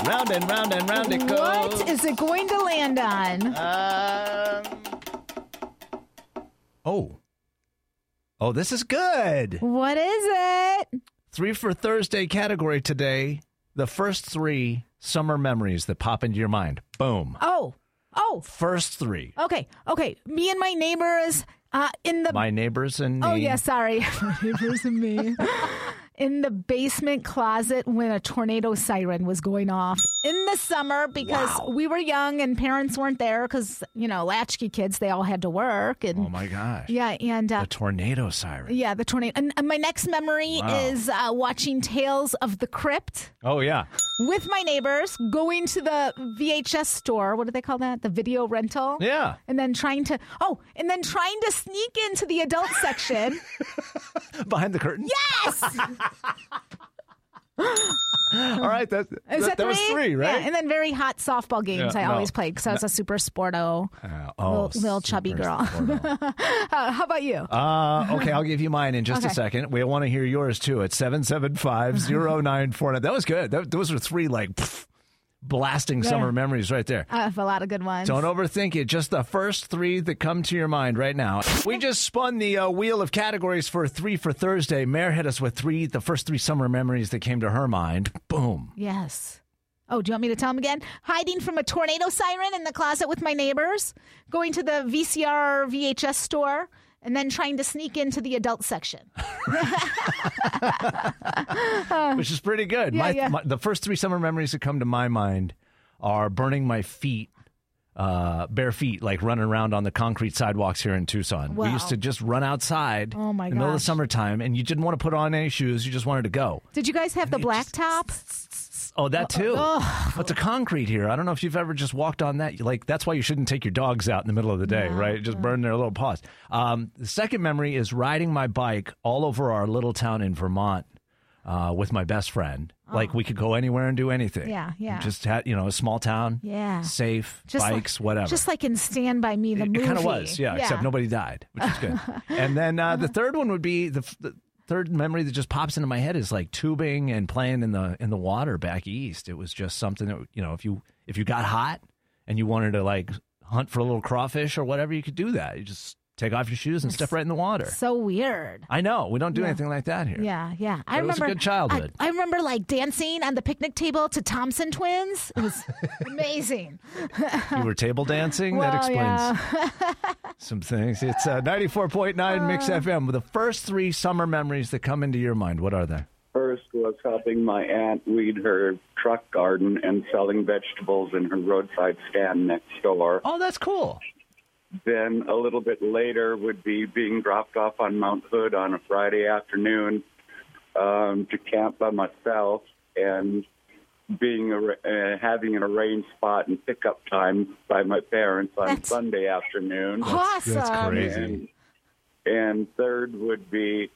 Speaker 5: round and round and round it goes.
Speaker 3: What is it going to land on?
Speaker 5: Um, oh. Oh, this is good.
Speaker 3: What is it?
Speaker 5: Three for Thursday category today. The first three summer memories that pop into your mind. Boom.
Speaker 3: Oh, oh,
Speaker 5: First three.
Speaker 3: okay, okay. Me and my neighbors uh, in the
Speaker 5: My neighbors and me.
Speaker 3: Oh yeah, sorry. Neighbors and me. In the basement closet when a tornado siren was going off in the summer because we were young and parents weren't there because you know latchkey kids they all had to work and
Speaker 5: Oh my gosh.
Speaker 3: yeah and uh,
Speaker 5: The tornado siren.
Speaker 3: yeah the tornado and, and my next memory
Speaker 5: Wow.
Speaker 3: is uh, watching Tales of the Crypt
Speaker 5: Oh yeah.
Speaker 3: with my neighbors going to the VHS store what do they call that the video rental
Speaker 5: Yeah.
Speaker 3: and then trying to oh and then trying to sneak into the adult section.
Speaker 5: Behind the curtain.
Speaker 3: Yes.
Speaker 5: All right. That,
Speaker 3: Is
Speaker 5: that,
Speaker 3: that,
Speaker 5: that was three, right?
Speaker 3: Yeah, and then very hot softball games
Speaker 5: Yeah,
Speaker 3: I
Speaker 5: no.
Speaker 3: always played because I was a super sporto.
Speaker 5: Uh, oh,
Speaker 3: Little- little chubby
Speaker 5: super
Speaker 3: girl.
Speaker 5: supportive.
Speaker 3: Uh, how about you?
Speaker 5: Uh, okay, I'll give you mine in just a
Speaker 3: Okay.
Speaker 5: second. We want to hear yours too at 775-0949. That was good. That, those were three like pff, blasting summer memories right there.
Speaker 3: I have a lot of good ones.
Speaker 5: Don't overthink it. Just the first three that come to your mind right now. We just spun the uh, wheel of categories for three for Thursday. Mare hit us with three, the first three summer memories that came to her mind. Boom.
Speaker 3: yes. Oh, do you want me to tell them again? Hiding from a tornado siren in the closet with my neighbors, going to the VCR or VHS store, and then trying to sneak into the adult section.
Speaker 5: Which is pretty good.
Speaker 3: Yeah,
Speaker 5: my,
Speaker 3: yeah.
Speaker 5: My, the first three summer memories that come to my mind are burning my feet, uh, bare feet, like running around on the concrete sidewalks here in Tucson. We
Speaker 3: Wow.
Speaker 5: used to just run outside
Speaker 3: Oh, my
Speaker 5: in the middle of the
Speaker 3: gosh.
Speaker 5: summertime, and you didn't want to put on any shoes. You just wanted to go.
Speaker 3: Did you guys have the black top?
Speaker 5: Oh,
Speaker 3: Uh,
Speaker 5: that too.
Speaker 3: oh.
Speaker 5: But the concrete here, I don't know if you've ever just walked on that. Like, that's why you shouldn't take your dogs out in the middle of the day, right? Just burn their little paws. Um, the second memory is riding my bike all over our little town in Vermont uh, with my best friend. Like, we could go anywhere and do anything.
Speaker 3: Oh. Yeah, yeah.
Speaker 5: Just had, you know, a small town.
Speaker 3: Yeah.
Speaker 5: Safe,
Speaker 3: Just like-
Speaker 5: bikes, whatever.
Speaker 3: Just like in Stand By Me, the
Speaker 5: it
Speaker 3: movie.
Speaker 5: kind of was, yeah, except nobody died, which is good. and then uh,
Speaker 3: Uh-huh.
Speaker 5: the third one would be the, f- the third memory that just pops into my head is like tubing and playing in the in the water back east. It was just something that you know if you if you got hot and you wanted to like hunt for a little crawfish or whatever, you could do that. You just take off your shoes and step right in the water.
Speaker 3: So weird.
Speaker 5: I know we don't do anything like that here.
Speaker 3: Yeah, yeah. I
Speaker 5: It was a
Speaker 3: remember
Speaker 5: good childhood.
Speaker 3: I, I remember like dancing on the picnic table to Thompson Twins. It was amazing.
Speaker 5: You were table dancing. that
Speaker 3: Well,
Speaker 5: explains
Speaker 3: yeah. Uh.
Speaker 5: some things. It's uh, ninety four point nine Mix FM. The first three summer memories that come into your mind. What are they?
Speaker 6: First was helping my aunt weed her truck garden and selling vegetables in her roadside stand next door.
Speaker 5: Oh, that's cool.
Speaker 6: Then a little bit later would be being dropped off on Mount Hood on a Friday afternoon um, to camp by myself and being ar- uh, having an arranged spot and pickup time by my parents on
Speaker 3: That's-
Speaker 6: Sunday afternoon.
Speaker 3: awesome.
Speaker 5: That's crazy.
Speaker 6: And, and third would be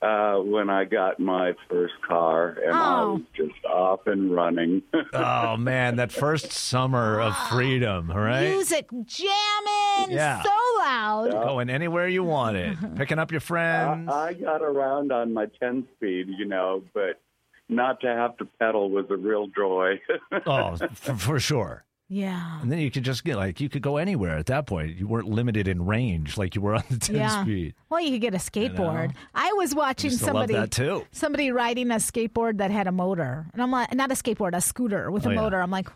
Speaker 6: uh, when I got my first car and I
Speaker 3: Oh.
Speaker 6: was just off and running.
Speaker 5: Oh man, that first summer of freedom, all right?
Speaker 3: Music jamming
Speaker 5: Yeah.
Speaker 3: so loud.
Speaker 5: Going anywhere you want it, picking up your
Speaker 6: I,
Speaker 5: friends.
Speaker 6: I got around on my 10 speed, you know, but not to have to pedal was a real joy.
Speaker 5: Oh, for, for sure.
Speaker 3: Yeah.
Speaker 5: And then you could just get like you could go anywhere at that point. You weren't limited in range like you were on the ten
Speaker 3: Yeah.
Speaker 5: speed.
Speaker 3: Well, you could get a skateboard. I was watching
Speaker 5: Used to love
Speaker 3: somebody
Speaker 5: that, too.
Speaker 3: somebody riding a skateboard that had a motor. And I'm like not a skateboard, a scooter with
Speaker 5: Oh,
Speaker 3: a
Speaker 5: yeah.
Speaker 3: motor. I'm like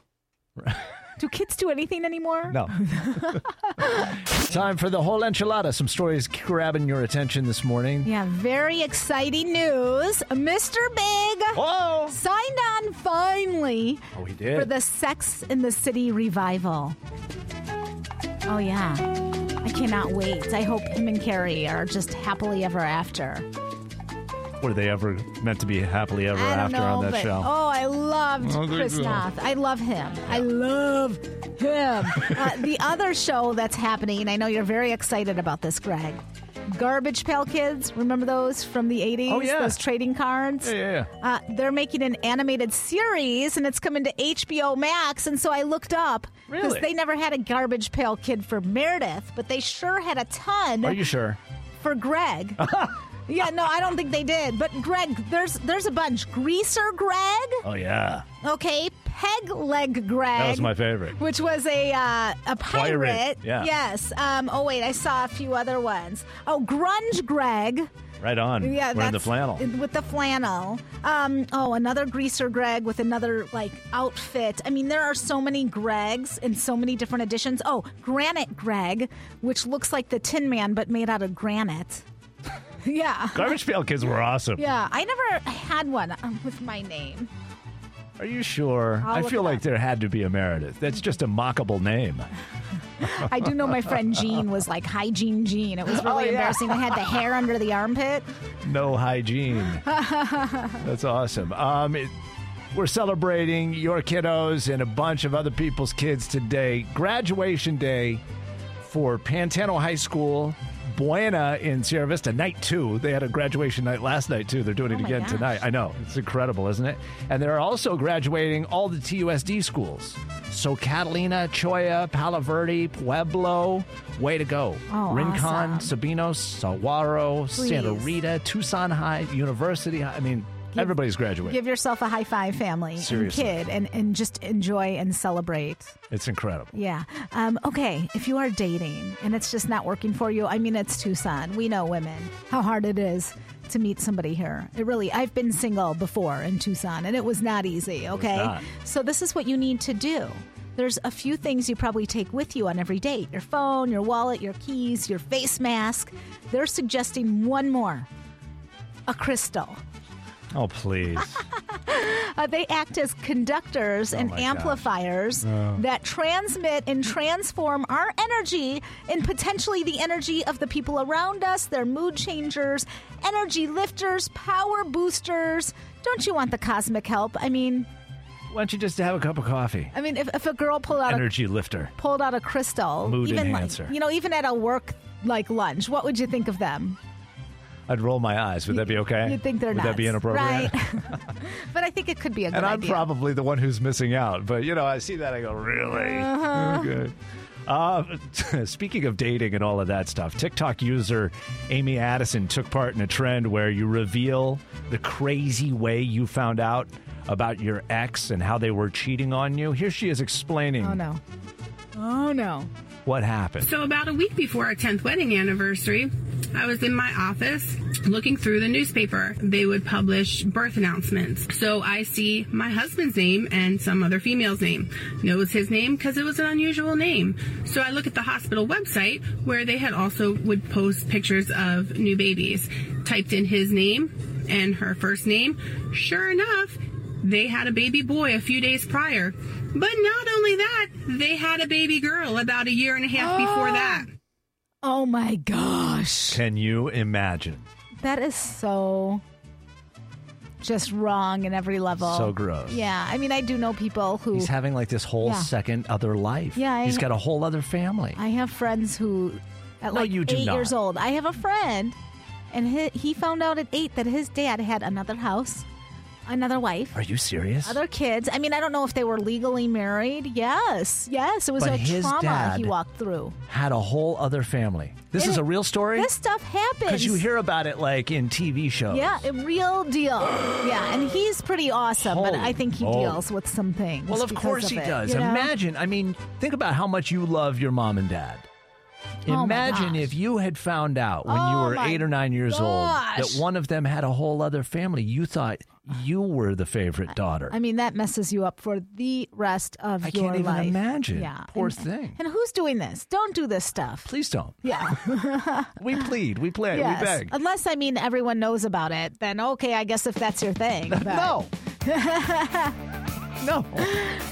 Speaker 3: Do kids do anything anymore?
Speaker 5: No. Time for the whole enchilada. Some stories grabbing your attention this morning.
Speaker 3: Yeah, very exciting news. Mr. Big
Speaker 5: Whoa!
Speaker 3: signed on finally
Speaker 5: Oh, he
Speaker 3: for
Speaker 5: did.
Speaker 3: the Sex in the City revival. Oh, yeah. I cannot wait. I hope him and Carrie are just happily ever after.
Speaker 5: were they ever meant to be happily ever
Speaker 3: I don't
Speaker 5: after
Speaker 3: know,
Speaker 5: on that
Speaker 3: but
Speaker 5: show?
Speaker 3: oh, I loved
Speaker 5: Oh, there
Speaker 3: Chris
Speaker 5: you go.
Speaker 3: Noth. I love him. I love him. uh, the other show that's happening, I know you're very excited about this, Greg. Garbage Pail Kids. Remember those from the 80s?
Speaker 5: Oh, yeah.
Speaker 3: Those trading cards?
Speaker 5: Yeah, yeah, yeah.
Speaker 3: Uh, they're making an animated series and it's coming to HBO Max. And so I looked up
Speaker 5: Really?
Speaker 3: they never had a Garbage Pail Kid for Meredith, but they sure had a ton
Speaker 5: Are you Uh-huh. sure?
Speaker 3: for Greg. yeah, no, I don't think they did. But Greg, there's there's a bunch. Greaser Greg,
Speaker 5: Oh yeah,
Speaker 3: okay. Peg Leg Greg.
Speaker 5: that was my favorite.
Speaker 3: Which was a uh, a pirate.
Speaker 5: Pirate, yeah.
Speaker 3: Yes. Um, oh wait, I saw a few other ones. Oh, grunge Greg.
Speaker 5: Right on.
Speaker 3: Yeah,
Speaker 5: wearing the
Speaker 3: that's-
Speaker 5: flannel.
Speaker 3: with the flannel. Um, oh, another greaser Greg with another like outfit. I mean, there are so many Gregs and so many different editions. Oh, granite Greg, which looks like the Tin Man but made out of granite. yeah,
Speaker 5: Garbage Pail Kids were awesome.
Speaker 3: yeah. I never had one um, with my name.
Speaker 5: Are you sure?
Speaker 3: I'll
Speaker 5: I
Speaker 3: look
Speaker 5: feel
Speaker 3: it
Speaker 5: like
Speaker 3: up.
Speaker 5: there had to be a Meredith. That's just a mockable name.
Speaker 3: I do know my friend Jean was like hygiene Jean. It was really
Speaker 5: yeah.
Speaker 3: embarrassing. I had the hair under the armpit.
Speaker 5: No hygiene. That's awesome. Um, it, we're celebrating your kiddos and a bunch of other people's kids today. Graduation day for Pantano High School. Buena in Sierra Vista, night two. They had a graduation night last night, too. They're doing it
Speaker 3: Oh my
Speaker 5: again
Speaker 3: gosh.
Speaker 5: tonight. I know. It's incredible, isn't it? And they're also graduating all the TUSD schools. So Catalina, Choya, Palo Verde, Pueblo. Way to go.
Speaker 3: Oh,
Speaker 5: Rincon,
Speaker 3: awesome.
Speaker 5: Sabinos, Saguaro, Santa
Speaker 3: Please.
Speaker 5: Rita, Tucson High, University High. I mean, everybody's graduating.
Speaker 3: Give yourself a high five, family
Speaker 5: Seriously.
Speaker 3: and kid, and, and just enjoy and celebrate.
Speaker 5: it's incredible.
Speaker 3: Yeah. Um, okay. If you are dating and it's just not working for you, I mean, it's Tucson. We know women, how hard it is to meet somebody here. It really, I've been single before in Tucson and it was not easy. Okay.
Speaker 5: not.
Speaker 3: So, this is what you need to do. There's a few things you probably take with you on every date your phone, your wallet, your keys, your face mask. They're suggesting one more a crystal.
Speaker 5: Oh, please.
Speaker 3: Uh, they act as conductors and
Speaker 5: Oh my gosh. Oh.
Speaker 3: amplifiers that transmit and transform our energy and potentially the energy of the people around us. They're mood changers, energy lifters, power boosters. Don't you want the cosmic help? I mean,
Speaker 5: Why don't you just have a cup of coffee?
Speaker 3: I mean, if, if a girl pulled out a,
Speaker 5: Energy lifter.
Speaker 3: pulled out a crystal,
Speaker 5: Mood
Speaker 3: even
Speaker 5: enhancer.
Speaker 3: like you know, even at a work like lunch, what would you think of them?
Speaker 5: I'd roll my eyes. Would that be okay?
Speaker 3: You'd think they're
Speaker 5: Would
Speaker 3: nuts,
Speaker 5: that be inappropriate?
Speaker 3: right? but I think it could be a good
Speaker 5: And I'm
Speaker 3: idea.
Speaker 5: probably the one who's missing out. But, you know, I see that, I go, really?
Speaker 3: Uh-huh.
Speaker 5: Okay. Uh, speaking of dating and all of that stuff, TikTok user Amy Addison took part in a trend where you reveal the crazy way you found out about your ex and how they were cheating on you. Here she is explaining
Speaker 3: oh no. Oh no.
Speaker 5: what happened.
Speaker 10: So, about a week before our 10th wedding anniversary, I was in my office looking through the newspaper. They would publish birth announcements. So, I see my husband's name and some other female's name. Know it was his name because it was an unusual name. So, I look at the hospital website where they had also would post pictures of new babies. Typed in his name and her first name. Sure enough, they had a baby boy a few days prior. But not only that, they had a baby girl about a year and a half before that.
Speaker 3: Oh my gosh.
Speaker 5: Can you imagine?
Speaker 3: That is so just wrong in every level.
Speaker 5: So gross.
Speaker 3: Yeah. I mean, I do know people who.
Speaker 5: He's having like this whole
Speaker 3: Yeah.
Speaker 5: second other life.
Speaker 3: Yeah, I-
Speaker 5: He's got a whole other family.
Speaker 3: I have friends who, at
Speaker 5: No,
Speaker 3: like
Speaker 5: you do
Speaker 3: eight
Speaker 5: not.
Speaker 3: years old, I have a friend, and he, he found out at eight that his dad had another house, another wife.
Speaker 5: Are you serious?
Speaker 3: Other kids. I mean, I don't know if they were legally married. Yes, yes. It was
Speaker 5: But
Speaker 3: a
Speaker 5: his
Speaker 3: trauma
Speaker 5: dad-
Speaker 3: he walked through.
Speaker 5: Had a whole other family. This
Speaker 3: It-
Speaker 5: is a real story?
Speaker 3: This stuff happens.
Speaker 5: Because you hear about it like in TV shows.
Speaker 3: Yeah, a real deal. Yeah, and he's pretty awesome, but
Speaker 5: Holy
Speaker 3: I think he
Speaker 5: moly.
Speaker 3: deals with some things.
Speaker 5: Well, of
Speaker 3: because
Speaker 5: course he
Speaker 3: it,
Speaker 5: does.
Speaker 3: you know?
Speaker 5: Imagine, I mean, think about how much you love your mom and dad.
Speaker 3: Oh, my
Speaker 5: Imagine
Speaker 3: gosh.
Speaker 5: if you had found out when you
Speaker 3: Oh,
Speaker 5: were
Speaker 3: my
Speaker 5: eight or nine years old
Speaker 3: gosh.
Speaker 5: that one of them had a whole other family. You thought you were the favorite daughter.
Speaker 3: I mean, that messes you up for the rest of
Speaker 5: I
Speaker 3: your
Speaker 5: can't even
Speaker 3: life.
Speaker 5: imagine.
Speaker 3: Yeah.
Speaker 5: Poor
Speaker 3: and,
Speaker 5: thing.
Speaker 3: And who's doing this? Don't do this stuff.
Speaker 5: Please don't.
Speaker 3: Yeah.
Speaker 5: We plead. We play.
Speaker 3: yes.
Speaker 5: We beg.
Speaker 3: Unless I mean everyone knows about it, then okay, I guess if that's your thing. But
Speaker 5: No. no.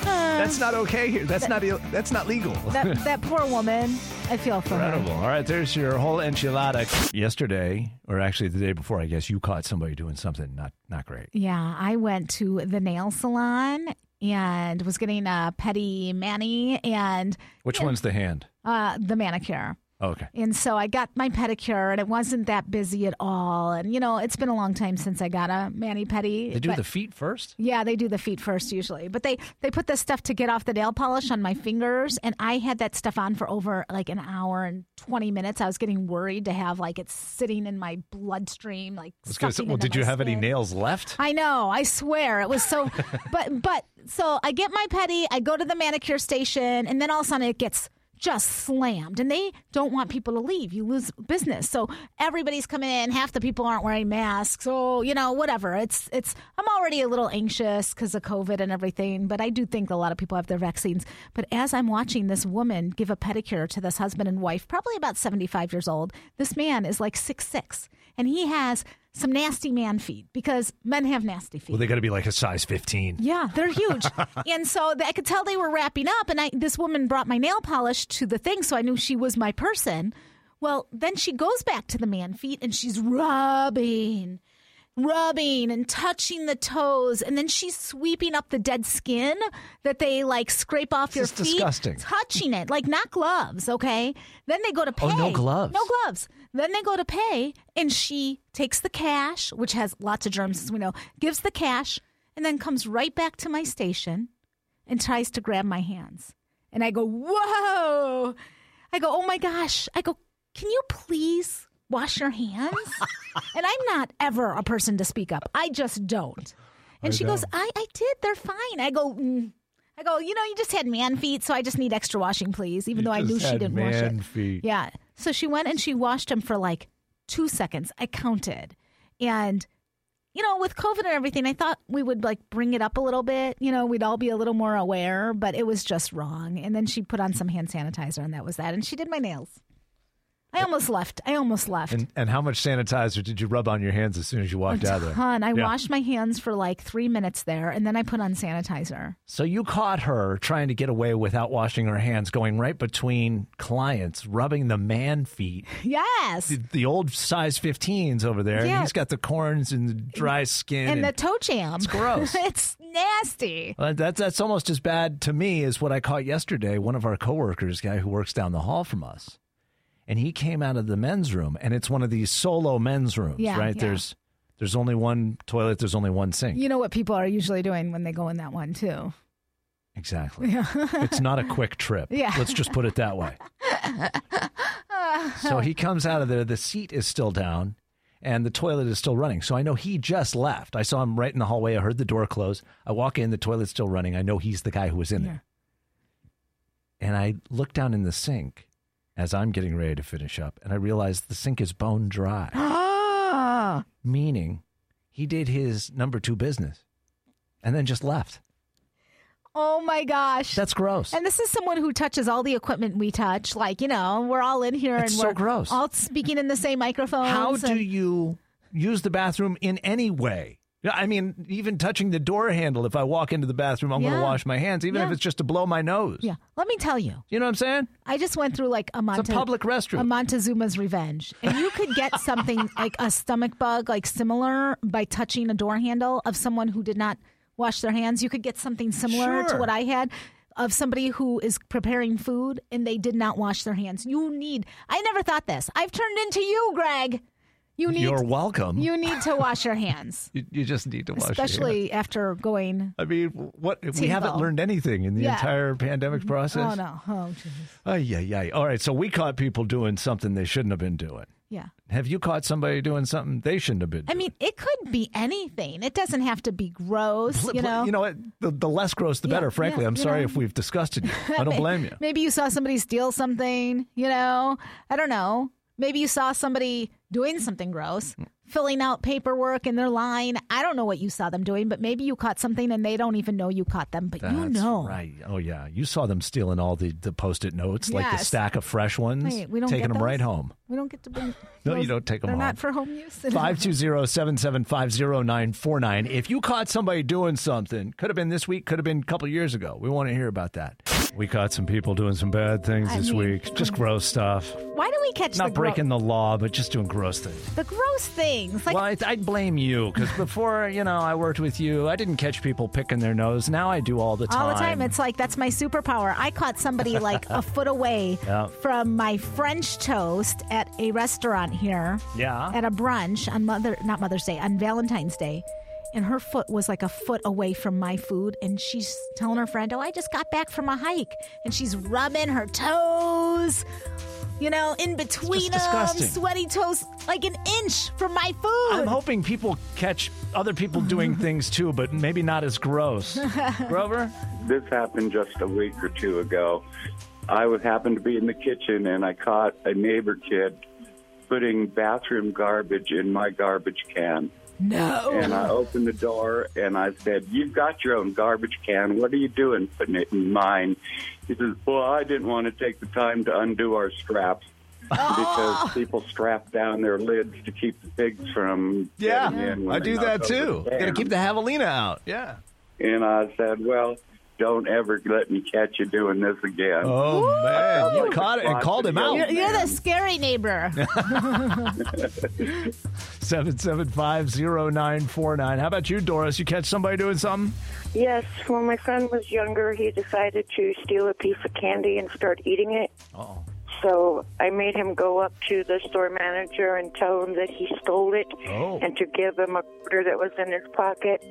Speaker 5: That's not okay here. That's not il- that's not legal.
Speaker 3: That that poor woman, I feel for
Speaker 5: Incredible. All right, there's your whole enchilada. Yesterday, or actually the day before, I guess you caught somebody doing something not not great.
Speaker 3: her. Yeah, I went to the nail salon and was getting a petty mani and
Speaker 5: Which one's the hand? Oh,
Speaker 3: uh, the manicure.
Speaker 5: Okay.
Speaker 3: And so I got my pedicure, and it wasn't that busy at all. And you know, it's been a long time since I got a mani pedi.
Speaker 5: They do
Speaker 3: but-
Speaker 5: the feet first?
Speaker 3: Yeah, they do the feet first usually, but they they put the stuff to get off the nail polish on my fingers, and I had that stuff on for over like an hour and twenty minutes. I was getting worried to have like it's sitting in my bloodstream, like.
Speaker 5: I was gonna say,
Speaker 3: sucking
Speaker 5: well,
Speaker 3: into
Speaker 5: did you
Speaker 3: my
Speaker 5: have any
Speaker 3: skin.
Speaker 5: nails left?
Speaker 3: I know. I swear it was so. but but so I get my petty. I go to the manicure station, and then all of a sudden it gets just slammed, and they don't want people to leave. You lose business, so everybody's coming in. Half the people aren't wearing masks. So you know whatever. It's it's. I'm already a little anxious because of COVID and everything, but I do think a lot of people have their vaccines. But as I'm watching this woman give a pedicure to this husband and wife, probably about 75 years old, this man is like six six, and he has some nasty man feet because men have nasty feet.
Speaker 5: Well, they got to be like a size 15.
Speaker 3: yeah, they're huge. and so th- I could tell they were wrapping up, and I, this woman brought my nail polish to the thing, so I knew she was my person. Well, then she goes back to the man feet and she's rubbing, rubbing, and touching the toes. And then she's sweeping up the dead skin that they like scrape off your
Speaker 5: is
Speaker 3: feet.
Speaker 5: disgusting.
Speaker 3: Touching it, like not gloves, okay? Then they go to pay.
Speaker 5: Oh, no gloves.
Speaker 3: No gloves. Then they go to pay, and she takes the cash, which has lots of germs, as we know, gives the cash, and then comes right back to my station and tries to grab my hands. And I go, Whoa. I go, Oh my gosh. I go, Can you please wash your hands? and I'm not ever a person to speak up, I just don't. And
Speaker 5: I
Speaker 3: she goes,
Speaker 5: know.
Speaker 3: I, I did. They're fine. I go, mm. I go, you know, you just had man feet, so I just need extra washing, please, even though I knew she didn't wash it.
Speaker 5: feet.
Speaker 3: Yeah. So she went and she washed him for like two seconds. I counted. And, you know, with COVID and everything, I thought we would like bring it up a little bit. You know, we'd all be a little more aware, but it was just wrong. And then she put on some hand sanitizer and that was that. And she did my nails. I almost left. I almost left.
Speaker 5: And, and how much sanitizer did you rub on your hands as soon as you walked out of there?
Speaker 3: Hun, I
Speaker 5: Yeah.
Speaker 3: washed my hands for like three minutes there and then I put on sanitizer.
Speaker 5: So you caught her trying to get away without washing her hands, going right between clients, rubbing the man feet,
Speaker 3: Yes.
Speaker 5: the, the old size 15s over there. And
Speaker 3: Yeah.
Speaker 5: he's got the corns and the dry skin.
Speaker 3: And the
Speaker 5: and-
Speaker 3: toe jam. It's
Speaker 5: gross.
Speaker 3: it's nasty.
Speaker 5: Uh, that's that's almost as bad to me as what I caught yesterday. One of our coworkers, guy who works down the hall from us, and he came out of the men's room, and it's one of these solo men's rooms,
Speaker 3: Yeah,
Speaker 5: right?
Speaker 3: yeah.
Speaker 5: There's there's only one toilet, there's only one sink.
Speaker 3: You know what people are usually doing when they go in that one, too.
Speaker 5: Exactly. it's not a quick trip.
Speaker 3: Yeah.
Speaker 5: Let's just put it that way. so he comes out of there, the seat is still down and the toilet is still running. So I know he just left. I saw him right in the hallway. I heard the door close. I walk in, the toilet's still running. I know he's the guy who was in there. And I look down in the sink as I'm getting ready to finish up and I realize the sink is bone dry,
Speaker 3: Ah.
Speaker 5: meaning he did his number two business and then just left.
Speaker 3: Oh my gosh.
Speaker 5: That's gross.
Speaker 3: and this is someone who touches all the equipment we touch. Like, you know, we're all in here
Speaker 5: It's
Speaker 3: and
Speaker 5: so
Speaker 3: we're
Speaker 5: gross.
Speaker 3: all speaking in the same microphone.
Speaker 5: How do you use the bathroom in any way? Yeah, I mean, even touching the door handle, if I walk into the bathroom, I'm going
Speaker 3: Yeah.
Speaker 5: to wash my hands, even if
Speaker 3: Yeah.
Speaker 5: it's just to blow my nose.
Speaker 3: Yeah. Let me tell you,
Speaker 5: You know what I'm saying?
Speaker 3: I just went through like a Monte-
Speaker 5: It's a public restroom.
Speaker 3: a Montezuma's Revenge. And you could get something like a stomach bug, like similar by touching a door handle of someone who did not wash their hands. You could get something similar to
Speaker 5: Sure.
Speaker 3: what I had of somebody who is preparing food and they did not wash their hands. You need, I never thought this. I've turned into you, Greg. You need,
Speaker 5: You're welcome.
Speaker 3: you need to wash your hands,
Speaker 5: You, you just need to wash your hands.
Speaker 3: especially after going.
Speaker 5: I mean, what we
Speaker 3: Tebow.
Speaker 5: haven't learned anything in the
Speaker 3: Yeah.
Speaker 5: entire pandemic process.
Speaker 3: Oh, no. Oh, jeez.
Speaker 5: Oh, yeah, yeah. All right. So we caught people doing something they shouldn't have been doing.
Speaker 3: Yeah.
Speaker 5: Have you caught somebody doing something they shouldn't have been
Speaker 3: I
Speaker 5: doing?
Speaker 3: mean, it could be anything. It doesn't have to be gross,
Speaker 5: Bl-
Speaker 3: you
Speaker 5: bl-
Speaker 3: know.
Speaker 5: you know what? The, the less gross, the
Speaker 3: Yeah,
Speaker 5: better, frankly.
Speaker 3: yeah,
Speaker 5: I'm
Speaker 3: you
Speaker 5: sorry
Speaker 3: know.
Speaker 5: if we've disgusted you. I don't
Speaker 3: May-
Speaker 5: blame you.
Speaker 3: Maybe you saw somebody steal something, you know? I don't know. Maybe you saw somebody doing something gross,
Speaker 5: Mm.
Speaker 3: filling out paperwork in their line. I don't know what you saw them doing, but maybe you caught something and they don't even know you caught them, but
Speaker 5: That's
Speaker 3: you know.
Speaker 5: right. Oh yeah, you saw them stealing all the, the post-it notes, like the
Speaker 3: Yes.
Speaker 5: stack of fresh ones,
Speaker 3: Wait, we don't
Speaker 5: taking
Speaker 3: get
Speaker 5: them right
Speaker 3: those?
Speaker 5: home.
Speaker 3: We don't get to bring
Speaker 5: No, you
Speaker 3: those-
Speaker 5: don't take 'em
Speaker 3: They're
Speaker 5: home.
Speaker 3: not for home use.
Speaker 5: 520-775-0949. If you caught somebody doing something, could have been this week, could have been a couple years ago. We want to hear about that. We caught some people doing some bad things
Speaker 3: I
Speaker 5: this
Speaker 3: mean-
Speaker 5: week. Just gross stuff.
Speaker 3: Why do we catch
Speaker 5: Not
Speaker 3: the gro-
Speaker 5: breaking the law, but just doing gross things.
Speaker 3: the gross things? Like
Speaker 5: well, I, I blame you because before, you know, I worked with you. I didn't catch people picking their nose. Now I do all the time.
Speaker 3: all the time, it's like that's my superpower. I caught somebody like a foot away
Speaker 5: Yeah.
Speaker 3: from my French toast at a restaurant here.
Speaker 5: Yeah.
Speaker 3: At a brunch on Mother, not Mother's Day, on Valentine's Day. And her foot was like a foot away from my food. And she's telling her friend, Oh, I just got back from a hike. And she's rubbing her toes, you know, in between them,
Speaker 5: disgusting.
Speaker 3: sweaty toes, like an inch from my food.
Speaker 5: I'm hoping people catch other people doing things too, but maybe not as gross. Grover?
Speaker 6: This happened just a week or two ago. I was happened to be in the kitchen and I caught a neighbor kid putting bathroom garbage in my garbage can.
Speaker 3: No.
Speaker 6: And I opened the door and I said, You've got your own garbage can. What are you doing putting it in mine? He says, Well, I didn't want to take the time to undo our straps
Speaker 11: Ah.
Speaker 6: because people strap down their lids to keep the pigs from
Speaker 11: Yeah,
Speaker 6: getting in. when
Speaker 11: I
Speaker 6: they
Speaker 11: do
Speaker 6: knock
Speaker 11: that
Speaker 6: over
Speaker 11: too.
Speaker 6: the
Speaker 11: Got to
Speaker 6: dam."
Speaker 11: keep the javelina out. Yeah.
Speaker 6: And I said, Well, don't ever let me catch you doing this again.
Speaker 11: Oh man, you caught it and called him out.
Speaker 3: You're, you're the scary neighbor.
Speaker 5: 7750949. How about you, Doris? You catch somebody doing something?
Speaker 12: Yes, when my son was younger, he decided to steal a piece of candy and start eating it.
Speaker 5: Oh.
Speaker 12: So I made him go up to the store manager and tell him that he stole it
Speaker 5: Oh.
Speaker 12: and to give him a quarter that was in his pocket.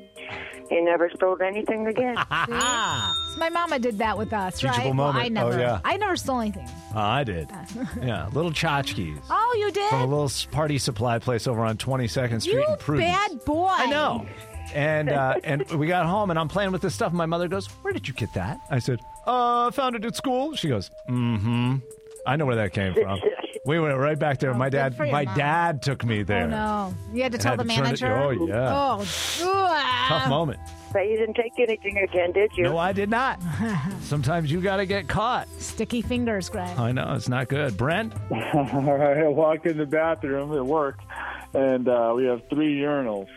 Speaker 12: He never stole anything again.
Speaker 3: So my mama did that with us,
Speaker 5: Teachable
Speaker 3: right? Well,
Speaker 5: moment.
Speaker 3: I
Speaker 5: Oh,
Speaker 3: never,
Speaker 5: yeah.
Speaker 3: I never stole anything.
Speaker 5: I did. Yeah, little tchotchkes.
Speaker 3: Oh, you did?
Speaker 5: From a little s- party supply place over on 22nd Street
Speaker 3: you
Speaker 5: in Prudence.
Speaker 3: bad boy. I
Speaker 5: know. And uh, and we got home, and I'm playing with this stuff. And my mother goes, "Where did you get that?" I said, "Uh, found it at school." She goes, "Mm-hmm. I know where that came from." we went right back there. my dad,
Speaker 3: Oh, for you,
Speaker 5: my
Speaker 3: Mom.
Speaker 5: dad took me there.
Speaker 3: Oh no! You had to
Speaker 5: And
Speaker 3: tell
Speaker 5: had
Speaker 3: the
Speaker 5: to turn it-
Speaker 3: manager.
Speaker 5: oh, yeah.
Speaker 3: Oh, ugh.
Speaker 5: Tough moment.
Speaker 12: But you didn't take anything again, did you?
Speaker 5: No, I did not. Sometimes you got to get caught.
Speaker 3: Sticky fingers, Greg.
Speaker 5: I know it's not good. Brent,
Speaker 13: All right, I walk in the bathroom at work, and uh, we have three urinals,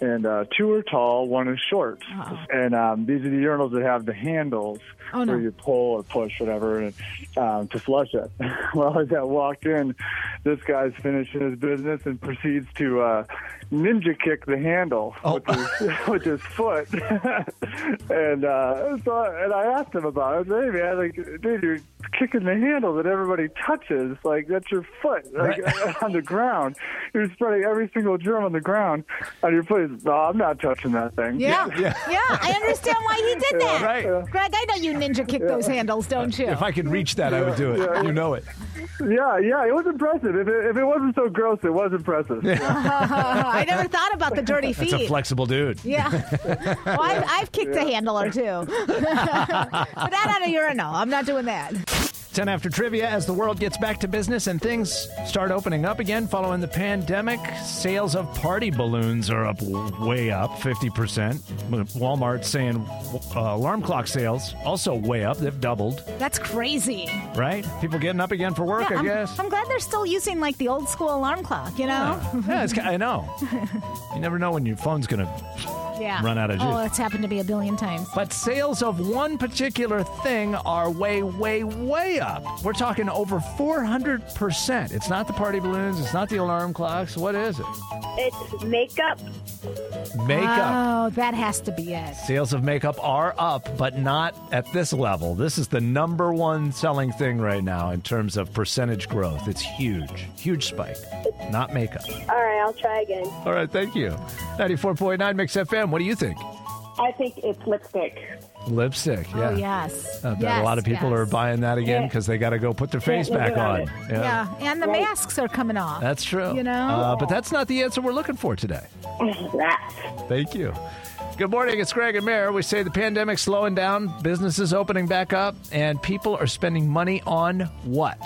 Speaker 13: and uh, two are tall, one is short, and um, these are the urinals that have the handles
Speaker 14: Oh, no.
Speaker 13: where you pull or push whatever and, um, to flush it. well, as I walked in, this guy's finishing his business and proceeds to uh, ninja kick the handle with, his, with his foot, and uh, so and I asked him about it. I said, hey man, like dude, you're kicking the handle that everybody touches. Like that's your foot like, on the ground. You're spreading every single germ on the ground on your foot. No, I'm not touching that thing.
Speaker 3: Yeah. Yeah. I understand why he did that. Greg, I know you ninja kick those handles, don't you?
Speaker 5: if I could reach that, I would do it.
Speaker 13: Yeah.
Speaker 5: You know it.
Speaker 13: Yeah, yeah, it was impressive. If it, if it wasn't so gross, it was impressive.
Speaker 3: Oh, I never thought about the dirty
Speaker 5: That's a
Speaker 3: feet.
Speaker 5: flexible dude.
Speaker 3: yeah. Well, I've, I've kicked a handle or two, but not on a urinal. I'm not doing that.
Speaker 5: 10 after trivia as the world gets back to business and things start opening up again following the pandemic sales of party balloons are up way up 50% walmart saying uh, alarm clock sales also way up they've doubled
Speaker 3: That's crazy.
Speaker 5: right people getting up again for work
Speaker 3: Yeah,
Speaker 5: i
Speaker 3: I'm,
Speaker 5: guess
Speaker 3: I'm glad they're still using like the old school alarm clock, you know?
Speaker 5: yeah, Yeah, it's, ki- i know you never know when your phone's gonna
Speaker 3: Yeah.
Speaker 5: Run out of juice.
Speaker 3: Oh, it's happened to me a billion times.
Speaker 5: But sales of one particular thing are way, way, way up. We're talking over 400%. It's not the party balloons, it's not the alarm clocks. What is it?
Speaker 7: It's makeup.
Speaker 5: Makeup.
Speaker 3: Oh, that has to be it.
Speaker 5: Sales of makeup are up, but not at this level. This is the number one selling thing right now in terms of percentage growth. It's huge, huge spike. Not makeup.
Speaker 15: All right, I'll try again.
Speaker 5: All right, thank you. 94.9 Mix FM, what do you think?
Speaker 15: I think it's lipstick.
Speaker 5: Lipstick, yeah.
Speaker 3: Oh, yes.
Speaker 5: I bet
Speaker 3: Yes,
Speaker 5: a lot of people
Speaker 3: yes.
Speaker 5: are buying that again
Speaker 3: Yeah.
Speaker 5: because they got to go put their face
Speaker 3: Can't live
Speaker 5: back on.
Speaker 3: without it. Yeah. and the masks are coming off.
Speaker 5: That's true.
Speaker 3: You know?
Speaker 5: Uh, but that's not the answer we're looking for today. Thank you. Good morning. It's Greg and Mayor. We say the pandemic's slowing down, businesses opening back up, and people are spending money on what?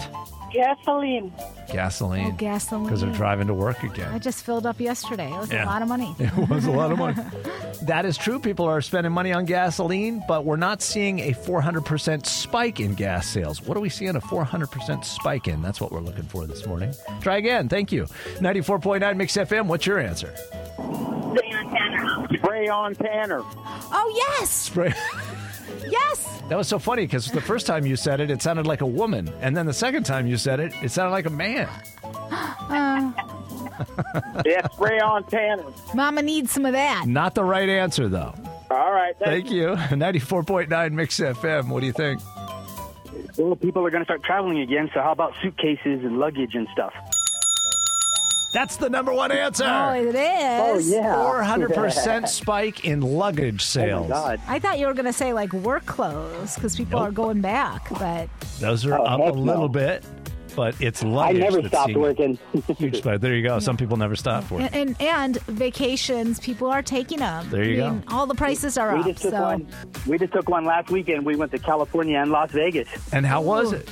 Speaker 12: Gasoline.
Speaker 5: Gasoline.
Speaker 3: Oh, gasoline.
Speaker 5: Because they're driving to work
Speaker 3: I
Speaker 5: again.
Speaker 3: just filled up yesterday. It was
Speaker 5: Yeah.
Speaker 3: a lot of money.
Speaker 5: It was a lot of money. that is true. People are spending money on gasoline, but we're not seeing a 400% spike in gas sales. What are we seeing a 400% spike in? That's what we're looking for this morning. Try again. Thank you. 94.9 Mix FM. What's your answer?
Speaker 15: Spray on Tanner.
Speaker 13: Spray on Tanner.
Speaker 3: Oh, yes.
Speaker 5: Spray.
Speaker 3: Yes.
Speaker 5: That was so funny because the first time you said it, it sounded like a woman, and then the second time you said it, it sounded like a man.
Speaker 3: Uh,
Speaker 5: yeah,
Speaker 16: spray on tannin.
Speaker 3: Mama needs some of that.
Speaker 5: Not the right answer though.
Speaker 16: All right.
Speaker 5: Thank you. Ninety-four point nine Mix FM. What do you think?
Speaker 2: Well, people are going to start traveling again, so how about suitcases and luggage and stuff?
Speaker 5: That's the number one answer.
Speaker 3: Oh, it is.
Speaker 2: Oh, yeah.
Speaker 5: Four hundred percent spike in luggage sales.
Speaker 3: I thought you were going to say like work clothes because people are going back, but
Speaker 6: Those are
Speaker 5: Oh,
Speaker 6: up
Speaker 5: heck
Speaker 6: a
Speaker 5: no.
Speaker 6: little bit, but it's luggage.
Speaker 5: never
Speaker 6: that's
Speaker 5: stopped
Speaker 6: seen
Speaker 5: working.
Speaker 6: huge spike. There you go. Some people never stop working.
Speaker 3: and, and and vacations people are taking them.
Speaker 6: There you
Speaker 3: I mean, All the prices are
Speaker 2: we
Speaker 3: up.
Speaker 2: Just took
Speaker 3: so
Speaker 2: one, we just took one last weekend. We went to California and Las Vegas.
Speaker 5: And how was it?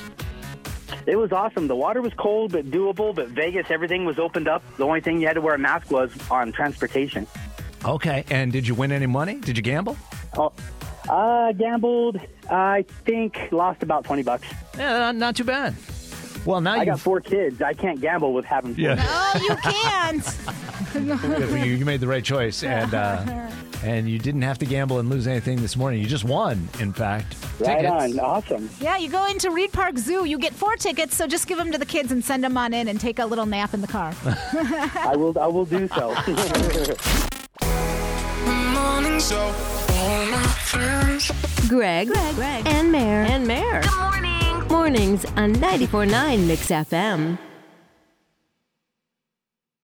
Speaker 2: It was awesome. The water was cold but doable, but Vegas, everything was opened up. The only thing you had to wear a mask was on transportation.
Speaker 5: Okay. And did you win any money? Did you gamble?
Speaker 2: Oh, I gambled. I think lost about 20 bucks.
Speaker 5: Yeah, Eh, not too bad. Well, now
Speaker 2: I got four kids. I can't gamble with having four.
Speaker 5: Yeah.
Speaker 3: No, Oh, you can't.
Speaker 5: you, you made the right choice, and uh, and you didn't have to gamble and lose anything this morning. You just won, in fact.
Speaker 2: Right
Speaker 5: Tickets.
Speaker 2: on. Awesome.
Speaker 3: Yeah, you go into Reed Park Zoo, you get four tickets, so just give them to the kids and send them on in and take a little nap in the car.
Speaker 2: I will. I will do so.
Speaker 9: Morning show. All my friends.
Speaker 17: Greg, Greg, and Mayor, and Mayor. Good morning. Mornings on 94.9 Mix FM.